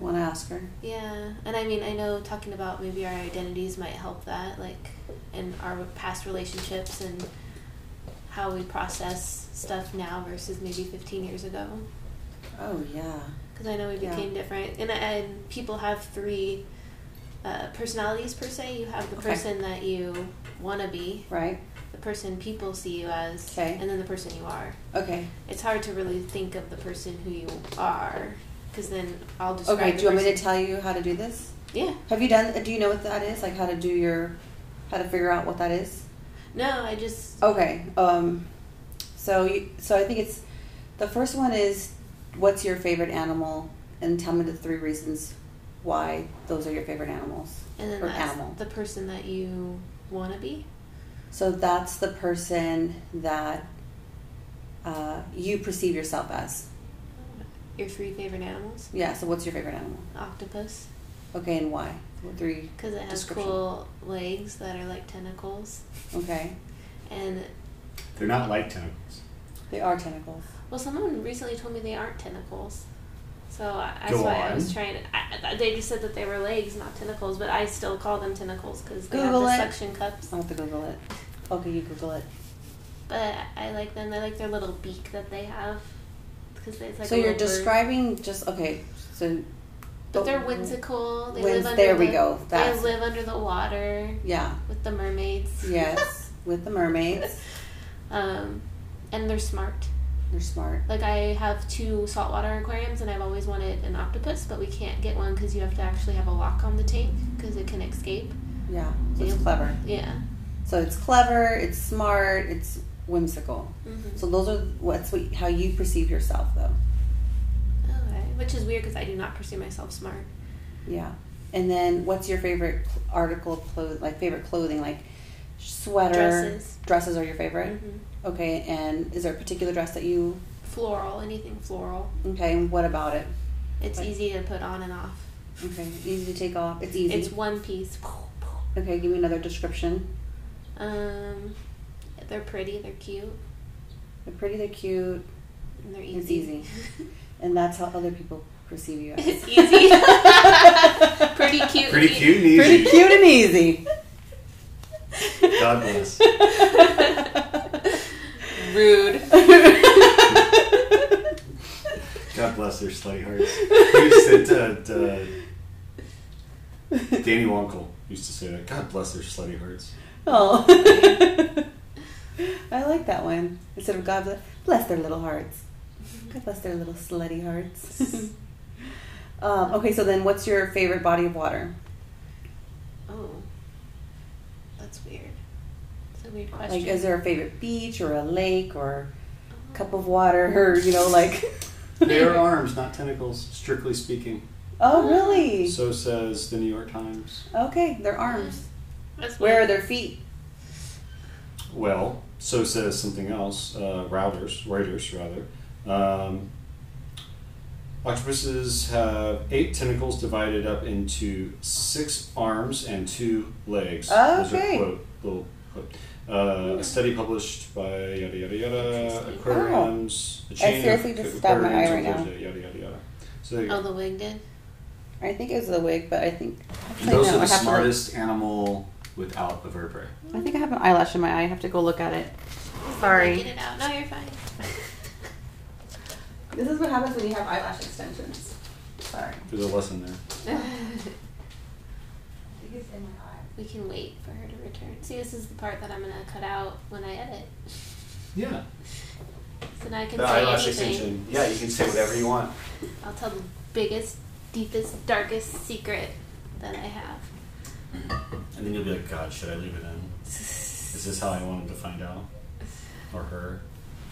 S2: Want to ask her?
S1: Yeah, and I mean, I know talking about maybe our identities might help that, like in our past relationships and how we process stuff now versus maybe 15 years ago.
S2: Oh yeah.
S1: because I know we
S2: Yeah.
S1: became different, and and people have three uh, personalities per se. You have the
S2: Okay.
S1: person that you want to be,
S2: Right.
S1: the person people see you as,
S2: Okay.
S1: and then the person you are.
S2: Okay.
S1: It's hard to really think of the person who you are, because then I'll describe.
S2: Okay.
S1: the
S2: Do you want me to
S1: person-
S2: tell you how to do this?
S1: Yeah.
S2: Have you done? Do you know what that is? Like how to do your, how to figure out what that is?
S1: No, I just.
S2: Okay. Um, so you, so I think it's the first one is what's your favorite animal, and tell me the three reasons why those are your favorite animals.
S1: and then
S2: or
S1: that's
S2: animal.
S1: the person that you want to be.
S2: So that's the person that uh, you perceive yourself as.
S1: Your three favorite animals:
S2: Yeah. So what's your favorite animal?
S1: octopus,
S2: Okay, and why? What three?
S1: because it has
S2: Description.
S1: cool legs that are like tentacles,
S2: Okay.
S1: and
S3: They're not like tentacles.
S2: They are tentacles.
S1: Well, someone recently told me they aren't tentacles. So I- that's
S3: Go
S1: why I
S3: on.
S1: was trying to. I, I- they just said that they were legs, not tentacles, but I still call them tentacles because they
S2: Google it.
S1: have the suction cups.
S2: I'll have to Google it. Okay, you Google it.
S1: But I like them. I like their little beak that they have. Cause it's like
S2: so
S1: a
S2: you're
S1: little bird.
S2: describing just okay. So
S1: But they're whimsical. They
S2: Whims-
S1: live under
S2: there we
S1: the-
S2: go. That's-
S1: They live under the water
S2: Yeah.
S1: with the mermaids.
S2: Yes. With the mermaids,
S1: um, and they're smart.
S2: they're smart.
S1: Like I have two saltwater aquariums, and I've always wanted an octopus, but we can't get one because you have to actually have a lock on the tank because it can escape.
S2: Yeah. So it's
S1: Yeah.
S2: clever.
S1: Yeah.
S2: So it's clever. It's smart. It's whimsical.
S1: Mm-hmm.
S2: So those are what's what, how you perceive yourself, though.
S1: Okay. Which is weird because I do not pursue myself smart.
S2: Yeah. And then what's your favorite cl- article of clothing, like favorite clothing, like sweater?
S1: Dresses.
S2: Dresses are your favorite?
S1: hmm
S2: Okay, and is there a particular dress that you,
S1: Floral, anything floral.
S2: okay, and what about it?
S1: It's
S2: Like-
S1: easy to put on and off.
S2: Okay, easy to take off, it's easy.
S1: It's one piece.
S2: Okay, give me another description.
S1: Um, they're pretty, they're cute,
S2: They're pretty, they're cute,
S1: and they're easy.
S2: It's and that's how other people perceive you as.
S1: it's easy. pretty cute.
S3: Pretty
S1: and
S3: cute and easy.
S2: pretty cute and easy.
S3: God bless.
S1: Rude.
S3: God bless their slutty hearts. Who used to, to, to- Danny Wonkle used to say that. God bless their slutty hearts.
S2: Oh. I like that one. Instead of God bless, bless their little hearts. God bless their little slutty hearts. um, okay, so then what's your favorite body of water?
S1: Oh, that's weird. It's a weird question.
S2: Like, is there a favorite beach or a lake or cup of water or, you know, like.
S3: They are arms, not tentacles, strictly speaking.
S2: oh, really?
S3: So says the New York Times.
S2: Okay, their arms.
S1: That's
S2: Where are
S1: weird.
S2: their feet?
S3: Well, so says something else. Uh, routers, Reuters, rather. Um, octopuses have eight tentacles divided up into six arms and two legs. Those are
S2: Okay.
S3: quote, little quote. Uh, a study published by yada yada yada
S1: Interesting.
S3: aquariums. a
S2: I
S3: chain of
S2: Oh. seriously just stabbed my
S3: aquariums
S2: eye
S3: on
S2: right now.
S3: Thursday, Yada yada yada. So there you go.
S1: Oh, the wig did.
S2: I think it was the wig, but I think.
S3: And those
S2: I know,
S3: are the
S2: I have to look-
S3: smartest animal without a vertebrae.
S2: I think I have an eyelash in my eye. I have to go look at it.
S1: Get it out. No, you're fine.
S2: This is what happens when you have eyelash extensions. Sorry.
S3: There's a lesson there.
S1: we can wait for her to return. See, this is the part that I'm gonna cut out when I edit,
S3: Yeah.
S1: so now I can
S3: The
S1: say
S3: eyelash
S1: anything.
S3: extension. Yeah, you can say whatever you want.
S1: I'll tell the biggest, deepest, darkest secret that I have.
S3: And then you'll be like, God, should I leave it in? Is this how I wanted to find out? Or her?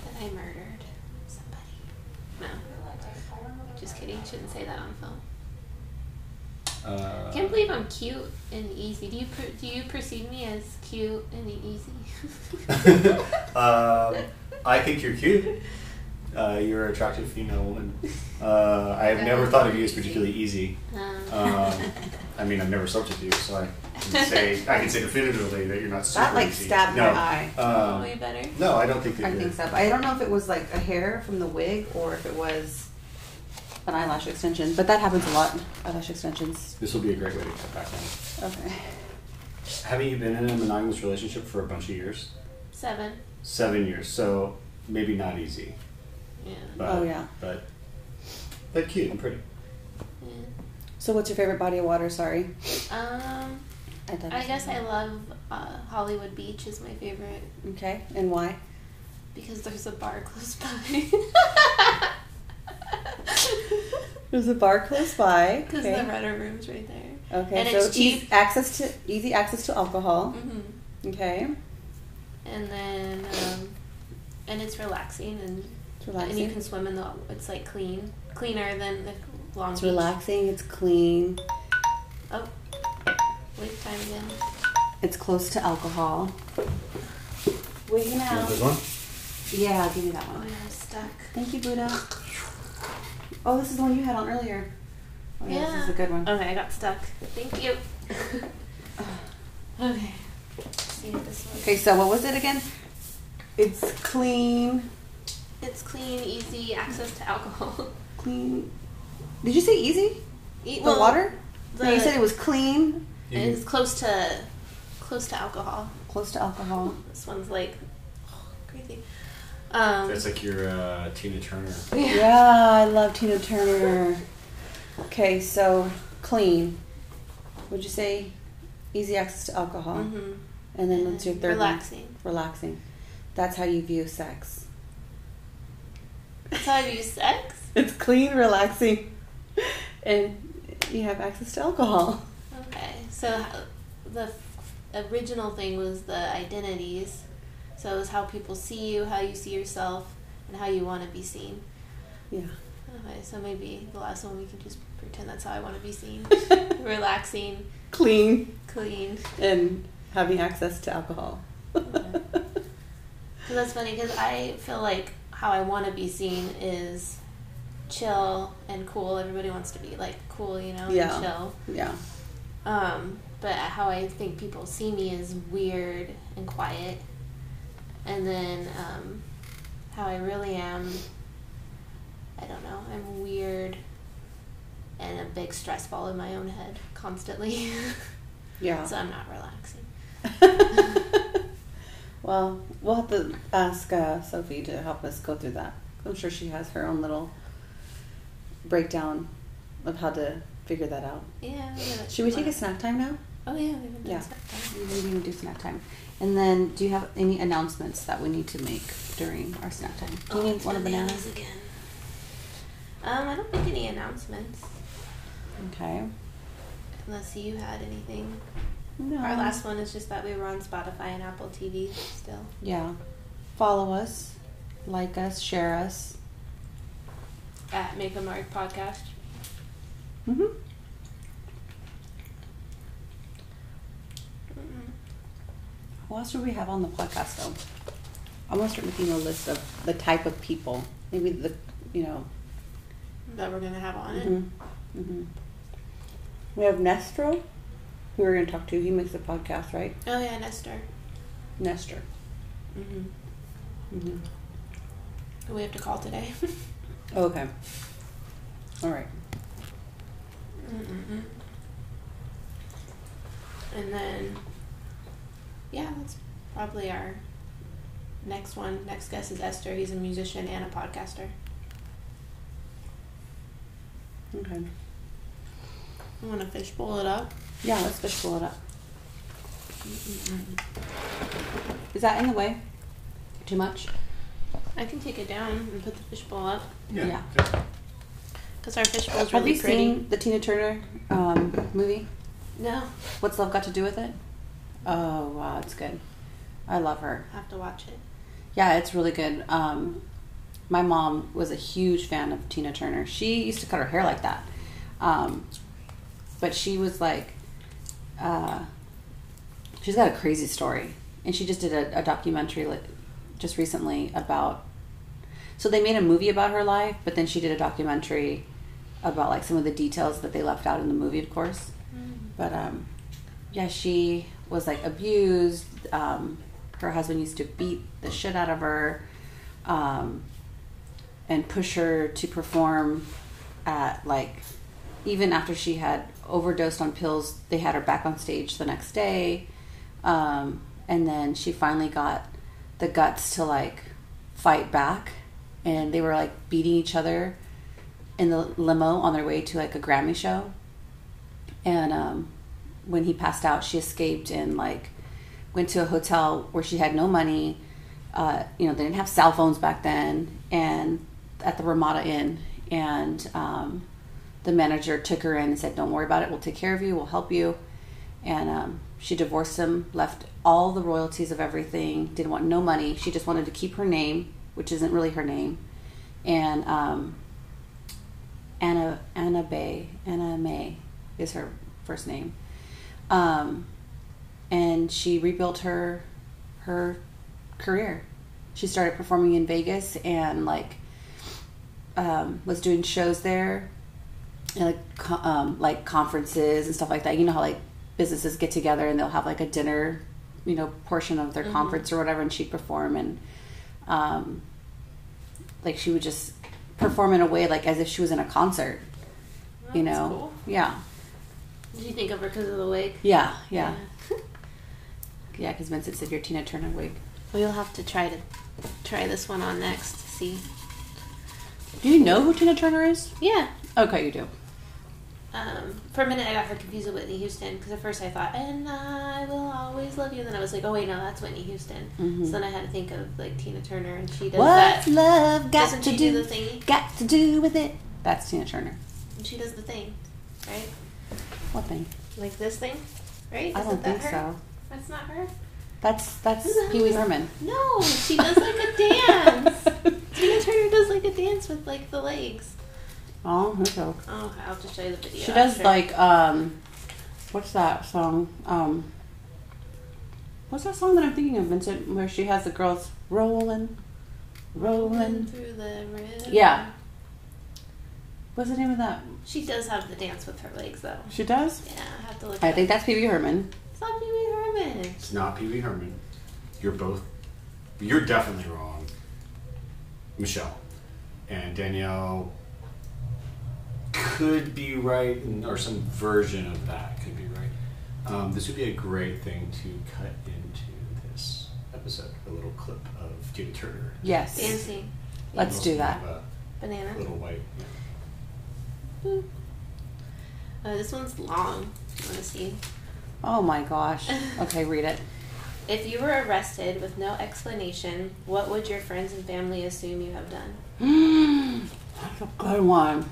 S1: That I murdered somebody. No, just kidding. Shouldn't say that on film.
S3: Uh,
S1: Can't believe I'm cute and easy. Do you per- do you perceive me as cute and easy?
S3: um, I think you're cute. Uh, you're an attractive female woman. Uh, I have never thought of you as particularly easy. Um, I mean, I've never slept with you, so I can say I can say definitively that you're not super
S2: That like
S3: easy.
S2: stabbed
S3: no.
S2: my eye.
S3: Um,
S1: Way better.
S3: no, I don't think that
S2: I
S3: you're.
S2: think so. But I don't know if it was like a hair from the wig or if it was an eyelash extension. But that happens a lot. Eyelash extensions.
S3: This will be a great way to cut back on.
S2: Okay.
S3: Haven't you been in a monogamous relationship for a bunch of years?
S1: Seven.
S3: Seven years, so maybe not easy.
S1: Yeah.
S3: But,
S2: Oh, yeah.
S3: But but cute and pretty.
S1: yeah.
S2: So what's your favorite body of water? Sorry.
S1: Um,
S2: I, thought
S1: I guess I love uh, Hollywood Beach is my favorite
S2: Okay. And why?
S1: because there's a bar close by.
S2: There's a bar close by.
S1: Because
S2: Okay.
S1: the rental room's right there.
S2: Okay.
S1: and
S2: so
S1: it's cheap.
S2: eas- access to easy access to alcohol.
S1: hmm
S2: Okay.
S1: And then, um, and it's relaxing and
S2: It's relaxing.
S1: and you can swim in the. It's like clean, cleaner than the Long
S2: it's
S1: Beach.
S2: relaxing. It's clean.
S1: Oh, wait time again.
S2: It's close to alcohol. Wait
S3: You
S2: now.
S3: want this one?
S2: Yeah, give me that
S1: Oh,
S2: one.
S1: yeah, I'm stuck.
S2: Thank you, Buddha. Oh, this is the one you had on earlier. Oh, yeah, this is a
S1: Yeah. Um,
S2: good one.
S1: Okay, I got stuck. Thank you. okay. See what this one.
S2: Okay, so what was it again? It's clean,
S1: It's clean, easy access to alcohol.
S2: clean. Did you say easy?
S1: E-
S2: The
S1: well,
S2: water?
S1: The,
S2: no, you said it was clean,
S3: You
S1: it's
S3: can-
S1: close to close to alcohol.
S2: close to alcohol.
S1: This one's like oh, crazy. Um,
S3: that's like your uh, Tina Turner.
S1: yeah.
S2: Yeah, I love Tina Turner. Okay, so clean. Would you say easy access to alcohol?
S1: hmm
S2: And then what's your third one?
S1: Relaxing.
S2: Relaxing. That's how you view sex.
S1: That's how I view sex.
S2: It's clean, relaxing, and you have access to alcohol.
S1: Okay, so h- the f- original thing was the identities. So it was how people see you, how you see yourself, and how you want to be seen.
S2: Yeah.
S1: Okay, so maybe the last one we can just pretend that's how I want to be seen. Relaxing,
S2: Clean
S1: clean.
S2: and having access to alcohol.
S1: So that's funny because I feel like how I want to be seen is chill and cool. Everybody wants to be like cool, you know,
S2: Yeah.
S1: and chill.
S2: yeah.
S1: Um, but how I think people see me is weird and quiet. And then um, how I really am, I don't know, I'm weird and a big stress ball in my own head constantly.
S2: Yeah.
S1: so I'm not relaxing.
S2: well, we'll have to ask uh, Sophie to help us go through that. I'm sure she has her own little breakdown of how to figure that out.
S1: Yeah. I'm gonna-
S2: Should we take a snack time now?
S1: Oh, yeah. We haven't done
S2: Yeah.
S1: snack time.
S2: Maybe we can do snack time. And then, do you have any announcements that we need to make during our snack time? Do you need
S1: Oh,
S2: one of banana?
S1: bananas again. Um, I don't think any announcements,
S2: Okay.
S1: unless you had anything.
S2: No.
S1: Our last one is just that we were on Spotify and Apple TV still.
S2: Yeah. Follow us, like us, share us.
S1: At Make a Mark podcast.
S2: Mm-hmm. Mm-hmm.
S1: Mm-mm.
S2: What else do we have on the podcast though? I'm gonna start making a list of the type of people. Maybe the you know.
S1: That we're gonna have on it.
S2: hmm hmm We have Nestro, who we're gonna talk to. He makes a podcast, right?
S1: Oh yeah, Nestor.
S2: Nestor.
S1: Mm-hmm.
S2: Mm-hmm.
S1: Who we have to call today.
S2: Oh, Okay. All right. Mm-hmm.
S1: Mm-mm-mm. and then, yeah, that's probably our next one. Next guest is Esther. He's a musician and a podcaster.
S2: Okay.
S1: You want to fishbowl it up?
S2: Yeah, let's fishbowl it up. Is that in the way? Too much?
S1: I can take it down and put the fishbowl up
S2: Yeah.
S1: because our fishbowl's
S2: Have
S1: really
S2: you
S1: pretty.
S2: seen the Tina Turner um, movie?
S1: No,
S2: What's Love Got to Do with It? Oh wow, it's good. I love her.
S1: I have to watch it.
S2: Yeah, it's really good. Um, my mom was a huge fan of Tina Turner. She used to cut her hair like that, um, but she was like, uh, she's got a crazy story, and she just did a, a documentary like just recently about. So they made a movie about her life, but then she did a documentary about like some of the details that they left out in the movie, of course. But um, yeah, she was like abused. Um, her husband used to beat the shit out of her um, and push her to perform at like even after she had overdosed on pills, they had her back on stage the next day. Um, and then she finally got the guts to like fight back, and they were like beating each other in the limo on their way to like a Grammy show and um, when he passed out, she escaped and like went to a hotel where she had no money. Uh, you know, they didn't have cell phones back then, and at the Ramada Inn, and um, the manager took her in and said, "Don't worry about it. We'll take care of you. We'll help you." And um, she divorced him, left all the royalties of everything, didn't want no money. She just wanted to keep her name, which isn't really her name, and um, Anna Anna Bay Anna May is her first name, um, and she rebuilt her her career. She started performing in Vegas and like um, was doing shows there, and like co- um, like conferences and stuff like that. You know how like businesses get together and they'll have like a dinner, you know, portion of their conference or whatever, and she'd perform and. Um, like she would just perform in a way like as if she was in a concert you
S1: That's
S2: know
S1: cool.
S2: yeah
S1: Did you think of her because of the wig?
S2: yeah yeah yeah because vincent said you're tina turner wig
S1: We'll have to try to try this one on next. to See.
S2: do you know who tina turner is Oh,
S1: Yeah.
S2: okay you do
S1: Um, for a minute, I got her confused with Whitney Houston because at first I thought, "And I will always love you," and then I was like, "Oh wait, no, that's Whitney Houston."
S2: Mm-hmm.
S1: So then I had to think of like Tina Turner, and she does
S2: what's
S1: that.
S2: love got
S1: Doesn't
S2: to
S1: she
S2: do,
S1: do the thingy?
S2: got to do with it that's tina turner
S1: And she does the thing, right?
S2: what thing
S1: Like this thing, right?
S2: i don't
S1: Isn't that
S2: think
S1: her?
S2: so
S1: That's not her.
S2: that's that's pee-wee herman
S1: No, she does like a dance. Tina Turner does like a dance with like the legs.
S2: Oh, okay.
S1: Oh, okay, I'll just show you the video.
S2: She does
S1: after.
S2: like um, what's that song? Um, what's that song that I'm thinking of, Vincent? Where she has the girls rolling, rolling.
S1: through the river.
S2: Yeah. What's the name of that?
S1: She does have the dance with her legs though.
S2: She does.
S1: Yeah, I have to look.
S2: I
S1: it
S2: think
S1: up.
S2: that's Pee Wee Herman.
S1: It's not Pee Wee Herman.
S3: It's not Pee Wee Herman. You're both. You're definitely wrong, Michelle. And Danielle could be right, and- or some version of that could be right. Um, this would be a great thing to cut into this episode a little clip of Tina Turner.
S2: Yes.
S1: Dancing
S2: Let's do that.
S1: banana.
S3: A little white. yeah.
S1: Uh, this one's long. You want to see?
S2: Oh my gosh. Okay, read it.
S1: If you were arrested with no explanation, what would your friends and family assume you have done?
S2: That's a good one.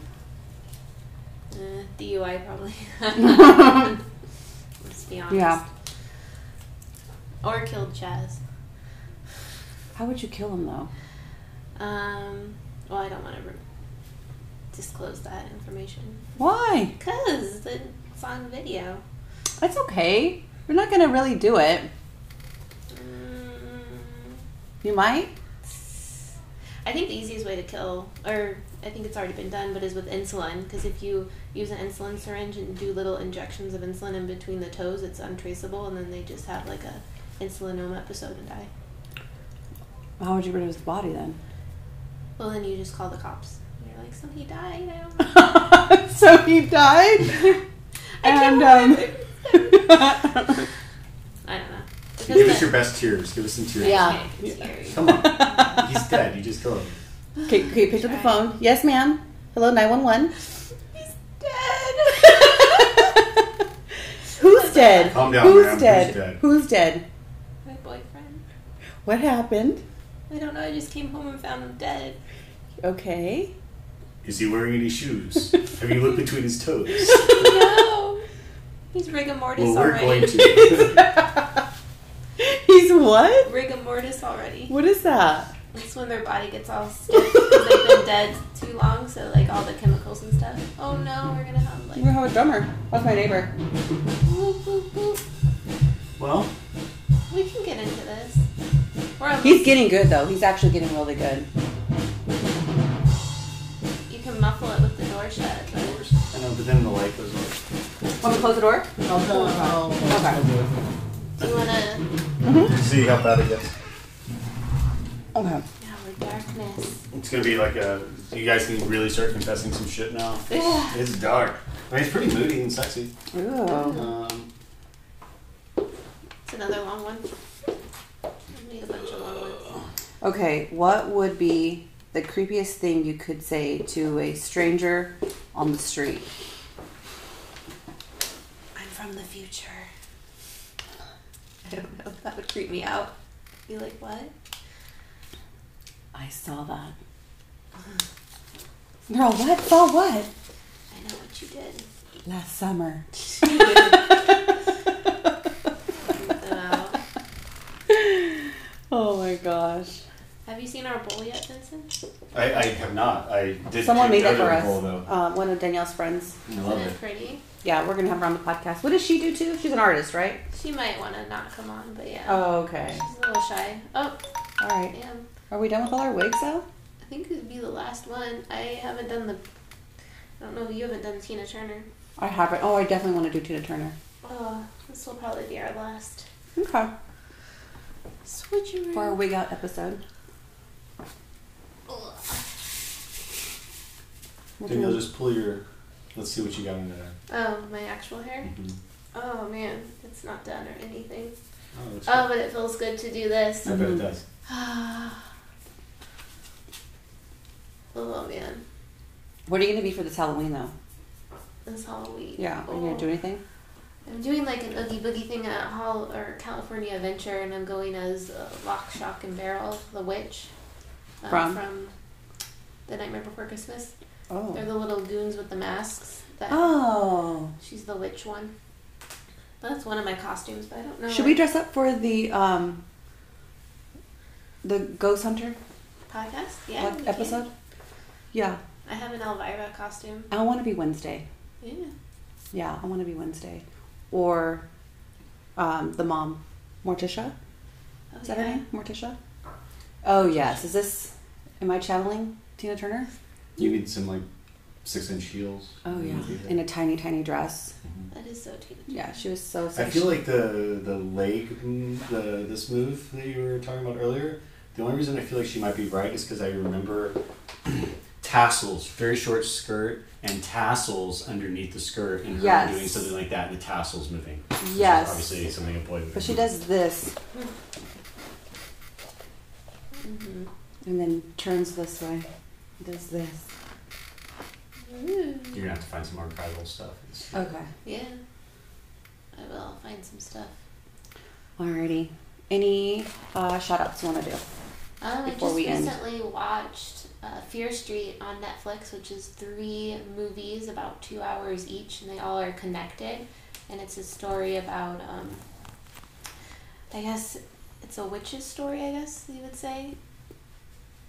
S1: Uh, DUI probably. Let's be honest.
S2: Yeah.
S1: Or killed Chaz.
S2: How would you kill him though?
S1: Um, well, I don't want to re- disclose that information.
S2: Why?
S1: Because it's on video.
S2: That's okay. You're not gonna really do it.
S1: Mm,
S2: You might.
S1: I think the easiest way to kill, or I think it's already been done, but is with insulin. Because if you use an insulin syringe and do little injections of insulin in between the toes, it's untraceable, and then they just have like a insulinoma episode and die.
S2: How would you rid of his body then?
S1: Well, then you just call the cops. And You're like, so he died. I don't.
S2: so he died.
S1: I can't
S2: And,
S1: believe
S2: um,
S1: I don't know. Because
S3: Give us
S1: the-
S3: your best tears. Give us some tears.
S2: Yeah.
S1: Okay, it's eerie.
S3: Come on. He's dead. You just killed him.
S2: okay, okay, picked up the phone. Yes, ma'am. Hello, nine one one.
S1: He's dead.
S2: Who's dead?
S3: Calm down,
S2: Who's
S3: ma'am. Who's
S2: dead?
S3: dead?
S2: Who's dead?
S1: My boyfriend.
S2: What happened?
S1: I don't know. I just came home and found him dead.
S2: Okay.
S3: Is he wearing any shoes? Have you looked between his toes?
S1: No. He's rigor mortis
S3: well, we're
S1: already.
S3: going to.
S2: He's what?
S1: Rigor mortis already.
S2: What is that?
S1: That's when their body gets all stiff because they've been dead too long, so like all the chemicals and stuff. Oh no, we're gonna have
S2: You
S1: like.
S2: have a drummer. That's my neighbor.
S1: boop, boop, boop.
S3: well,
S1: We can get into this. We're on
S2: He's getting good though. He's actually getting really good.
S1: You can muffle it with the door shut. But
S3: I know, but then the light goes off.
S2: Want to close the door?
S4: I'll tell you how.
S2: Okay.
S1: do you wanna?
S3: See how bad it gets.
S2: Okay.
S1: Yeah, we're darkness.
S3: It's gonna be like a. You guys can really start confessing some shit now. It's dark. I mean, it's pretty moody and sexy.
S2: Ooh.
S3: Um,
S1: It's another long one. I need a bunch of long ones.
S2: Okay. What would be the creepiest thing you could say to a stranger on the street?
S1: I'm from the future. I don't know. That would creep me out. Be like, what?
S2: I saw that. Girl, what? Saw what?
S1: I know what you did.
S2: Last summer.
S1: Wow.
S2: Oh my gosh.
S1: Have you seen our bowl yet, Vincent?
S3: I, I have not. I did.
S2: Someone
S3: take
S2: made it for
S3: another
S2: us.
S3: poll, though.
S2: Uh, one of Danielle's friends.
S3: I
S1: Isn't
S3: love it.
S1: it pretty?
S2: Yeah, we're gonna have her on the podcast. What does she do too? She's an artist, right?
S1: She might want to not come on, but yeah.
S2: Oh, okay.
S1: She's a little shy. Oh,
S2: All right.
S1: damn.
S2: Are we done with all our wigs though?
S1: I think it would be the last one. I haven't done the. I don't know. You haven't done Tina Turner.
S2: I haven't. Oh, I definitely want to do Tina Turner.
S1: Oh, this will probably be our last
S2: Okay.
S1: switcheroo.
S2: For our wig out episode.
S1: Ugh.
S3: Then you'll just pull your. Let's see what you got under there.
S1: Oh, my actual hair?
S3: Mhm.
S1: Oh man, it's not done or anything.
S3: Oh, it looks
S1: Oh,
S2: Um,
S1: but it feels good to do this.
S3: good. I bet it does.
S1: oh man,
S2: What are you gonna be for this Halloween though?
S1: it's Halloween.
S2: Yeah. Are
S1: Oh.
S2: you gonna do anything?
S1: I'm doing like an Oogie Boogie thing at Hall or California Adventure, and I'm going as uh, Lock, Shock, and Barrel, the witch uh,
S2: From?
S1: the Nightmare Before Christmas. They're
S2: Oh.
S1: the little goons with the masks. That
S2: Oh.
S1: she's the witch one. That's one of my costumes, but I don't know.
S2: Should we
S1: like,
S2: dress up for the um the ghost hunter
S1: podcast? Yeah,
S2: like,
S1: we can.
S2: episode? Yeah.
S1: I have an Elvira costume.
S2: I want to be Wednesday.
S1: Yeah.
S2: Yeah, I want to be Wednesday, or um, the mom, Morticia.
S1: Oh,
S2: Is that her
S1: yeah.
S2: name, Morticia? Oh yes. Is this? Am I channeling Tina Turner?
S3: You need some like six inch heels. Mm-hmm.
S2: Oh yeah.
S3: Mhm.
S2: In a tiny, tiny dress.
S1: That is so Tina.
S2: Yeah, she was so.
S3: I
S2: sexy.
S3: feel like the the leg m- the this move that you were talking about earlier. The only reason I feel like she might be right is because I remember tassels, very short skirt, and tassels underneath the skirt, and her
S2: Yes.
S3: doing something like that, and the tassels moving. which is
S2: Yes.
S3: obviously something a boy would.
S2: But she does this
S1: Mm-hmm.
S2: and then turns this way. Does this.
S3: You're gonna have to find some archival stuff. It's-
S2: Okay.
S1: Yeah. I will I'll find some stuff.
S2: Alrighty. Any uh, shout outs you want to do?
S1: Um, I
S2: Before
S1: just
S2: we end.
S1: recently watched uh, Fear Street on Netflix, which is three movies about two hours each, and they all are connected. And it's a story about, um, I guess, it's a witch's story, I guess you would say,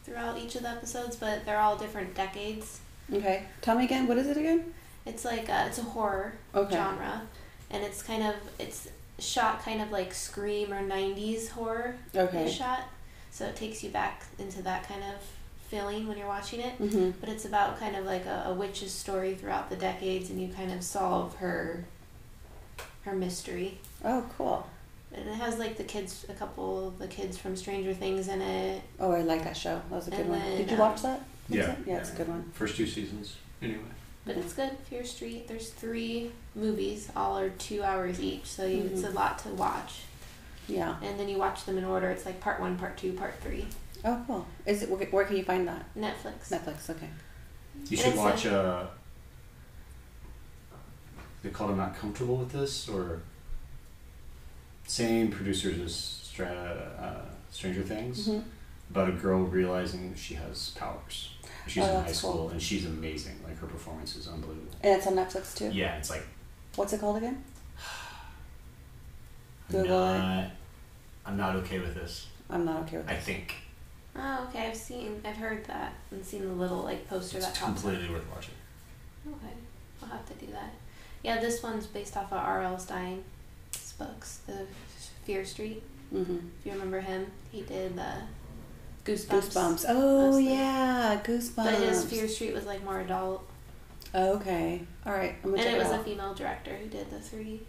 S1: throughout each of the episodes, but they're all different decades.
S2: Okay. Tell me again. What is it again?
S1: It's like a, it's a horror
S2: Okay.
S1: genre, and it's kind of it's shot kind of like Scream or '90s horror
S2: Okay.
S1: shot, so it takes you back into that kind of feeling when you're watching it.
S2: Mm-hmm.
S1: But it's about kind of like a, a witch's story throughout the decades, and you kind of solve her her mystery.
S2: Oh, cool.
S1: And it has like the kids, a couple of the kids from Stranger Things in it.
S2: Oh, I like that show. That was a good
S1: And
S2: one.
S1: then,
S2: Did you
S1: um,
S2: watch that? Was
S3: Yeah.
S2: it? Yeah, it's a good one.
S3: First two seasons, anyway.
S1: But it's good. Fear Street. There's three movies, all are two hours each, so you, it's a
S2: Mhm.
S1: lot to watch.
S2: Yeah.
S1: And then you watch them in order. It's like part one, part two, part three.
S2: Oh, cool. Is it where, where can you find that?
S1: Netflix.
S2: Netflix. Okay.
S3: You
S1: And
S3: should
S1: it's
S3: watch.
S1: a-
S3: Uh, they called "I'm Not Comfortable with This" or same producers as Stra- uh, Stranger Things
S2: hmm
S3: about a girl realizing she has powers. She's
S2: Oh,
S3: in
S2: that's
S3: high school
S2: cool.
S3: and she's amazing. Like her performance is unbelievable.
S2: And it's on Netflix too.
S3: Yeah, it's like
S2: What's it called again?
S3: I'm
S2: Google it.
S3: not. I'm not okay with this.
S2: I'm not okay with
S3: I
S2: that.
S3: think
S1: Oh, okay. I've seen, I've heard that and seen the little like poster that
S3: it's
S1: pops up.
S3: completely worth watching.
S1: Okay, I'll have to do that. Yeah, this one's based off of R.L. Stein's books, The Fear Street.
S2: Mm-hmm.
S1: If you remember him, he did the Goosebumps.
S2: Goosebumps. Oh
S1: Mostly.
S2: yeah, goosebumps.
S1: But his Fear Street was like more adult,
S2: Okay. All right. I'm gonna
S1: and
S2: check
S1: it was
S2: out.
S1: a female director who did the three.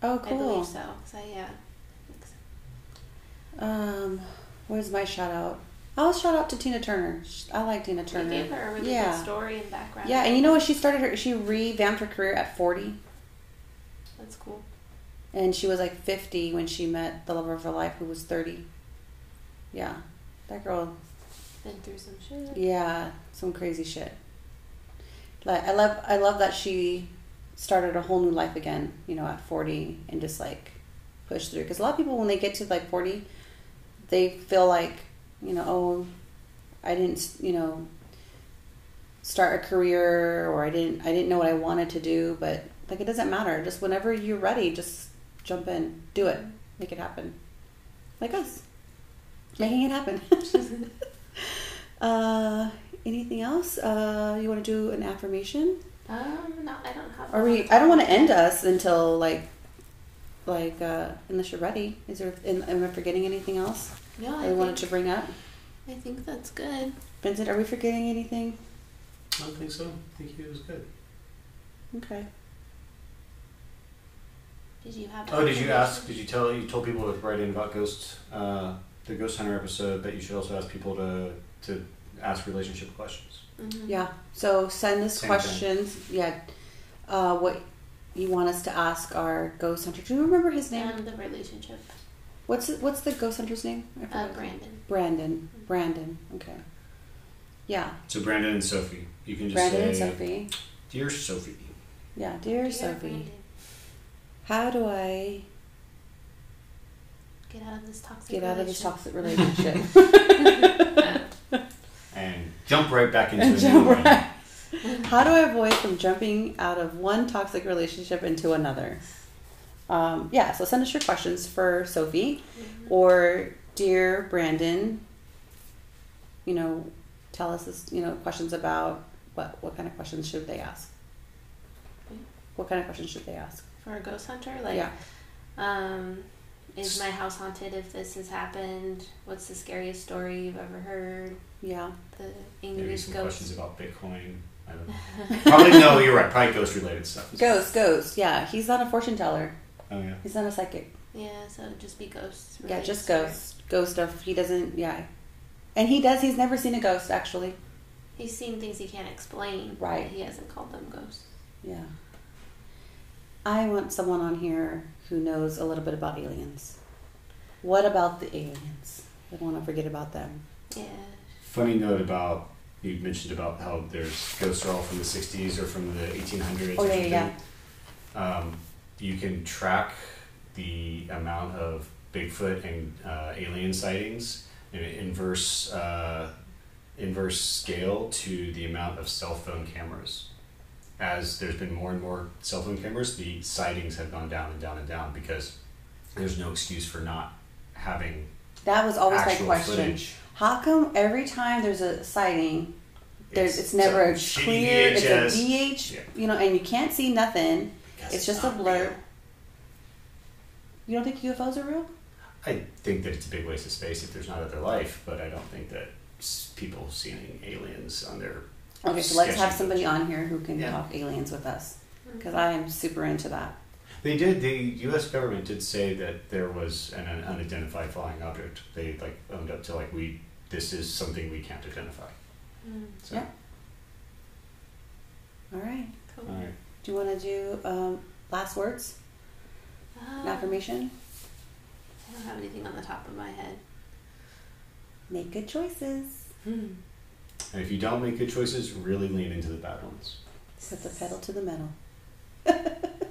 S2: Oh,
S1: I
S2: cool.
S1: believe so. So yeah. I think so.
S2: Um, where's my shout out? I'll shout out to Tina Turner. Sh- I like Tina
S1: They gave
S2: Turner.
S1: her a really
S2: Yeah.
S1: good story and background.
S2: Yeah, and you know what? She started her. She revamped her career at forty,
S1: that's cool.
S2: and she was like fifty when she met the love of her life, who was thirty. Yeah, that girl.
S1: Been through some shit.
S2: Yeah, some crazy shit. Like I love, I love that she started a whole new life again. You know, at forty, and just like push through. Because a lot of people, when they get to like forty, they feel like, you know, oh, I didn't, you know, start a career, or I didn't, I didn't know what I wanted to do. But like, it doesn't matter. Just whenever you're ready, just jump in, do it, make it happen. Like us, making it happen. uh, anything else? Uh, you want to do an affirmation?
S1: Um, no, I don't have.
S2: Are
S1: one
S2: we?
S1: off the
S2: I don't want to
S1: top of my
S2: end
S1: head.
S2: us until like, like uh, unless you're ready. Is there? Am am I forgetting anything else
S1: No,
S2: that
S1: I
S2: we wanted
S1: think,
S2: to bring up?
S1: I think that's good.
S2: Vincent, are we forgetting anything?
S3: I don't think so. I think it was good.
S2: Okay.
S1: Did you have?
S3: Oh, did you ask?
S1: recommendations?
S3: Did you tell? You told people to write in about ghosts, uh, the ghost hunter episode, but you should also ask people to to ask relationship questions.
S1: Mhm.
S2: Yeah. So send us
S3: Same thing.
S2: questions. Yeah. Uh, what you want us to ask our ghost hunter? Do you remember his name?
S1: And the relationship.
S2: What's what's the ghost hunter's name? I
S1: Uh,
S2: forgot.
S1: Brandon.
S2: Brandon. Brandon. Okay. Yeah.
S3: So Brandon and Sophie, you can just
S2: Brandon and
S3: say,
S2: Sophie.
S3: "Dear Sophie,
S2: Yeah. Dear, Sophie, how do I
S1: Get out of this toxic.
S2: get out of this
S1: relationship.
S2: toxic relationship?
S3: and jump right back into
S2: and
S3: a
S2: jump
S3: new one."
S2: right. How do I avoid from jumping out of one toxic relationship into another? Um, yeah, so send us your questions for Sophie or dear Brandon. You know, tell us this, you know questions about what what kind of questions should they ask?
S1: Hmm?
S2: What kind of questions should they ask?
S1: for a ghost hunter, like
S2: yeah,
S1: um, is my house haunted? If this has happened, what's the scariest story you've ever heard?
S2: yeah,
S1: The
S3: Maybe
S1: English
S3: some
S1: ghost.
S3: questions about Bitcoin. I don't know. probably no. You're right. Probably ghost related stuff.
S2: ghost, ghost. Yeah, he's not a fortune teller.
S3: Oh yeah.
S2: He's not a psychic.
S1: Yeah, so it'd just be ghosts.
S2: Yeah,
S1: related
S2: just
S1: story.
S2: ghost, ghost stuff. He doesn't. Yeah, and he does. He's never seen a ghost actually.
S1: He's seen things he can't explain.
S2: Right.
S1: but He hasn't called them ghosts.
S2: Yeah. I want someone on here who knows a little bit about aliens. What about the aliens? I don't want to forget about them.
S1: Yeah.
S3: Funny note about you mentioned about how there's ghosts are all from the '60s or from the 1800s.
S2: Oh,
S3: or
S2: yeah, yeah,
S3: something.
S2: yeah.
S3: Um, you can track the amount of Bigfoot and uh, alien sightings in an inverse uh, inverse scale to the amount of cell phone cameras. As there's been more and more cell phone cameras, the sightings have gone down and down and down because there's no excuse for not having
S2: That was always my
S3: actual
S2: question.
S3: footage.
S2: How come every time there's a sighting, there's it's, never a
S3: some shitty
S2: clear,
S3: VHS.
S2: it's a DH,
S3: Yeah.
S2: you know, and you can't see nothing. it's just a
S3: not
S2: blur.
S3: real.
S2: You don't think UFOs are real?
S3: I think that it's a big waste of space if there's not other life, but I don't think that s- people seeing aliens on their
S2: Okay, so let's have
S3: Sketchy.
S2: somebody on here who can
S3: Yeah.
S2: talk aliens with us because I am super into that.
S3: They did. The U.S. government did say that there was an, an unidentified flying object. They like owned up to like we this is something we can't identify.
S1: Mm,
S3: So,
S2: Yeah. All right.
S1: cool.
S3: all right.
S2: Do you want to do um, last words,
S1: Um,
S2: an affirmation?
S1: I don't have anything on the top of my head.
S2: Make good choices.
S3: And if you don't make good choices, really lean into the bad ones.
S2: Put the pedal to the metal.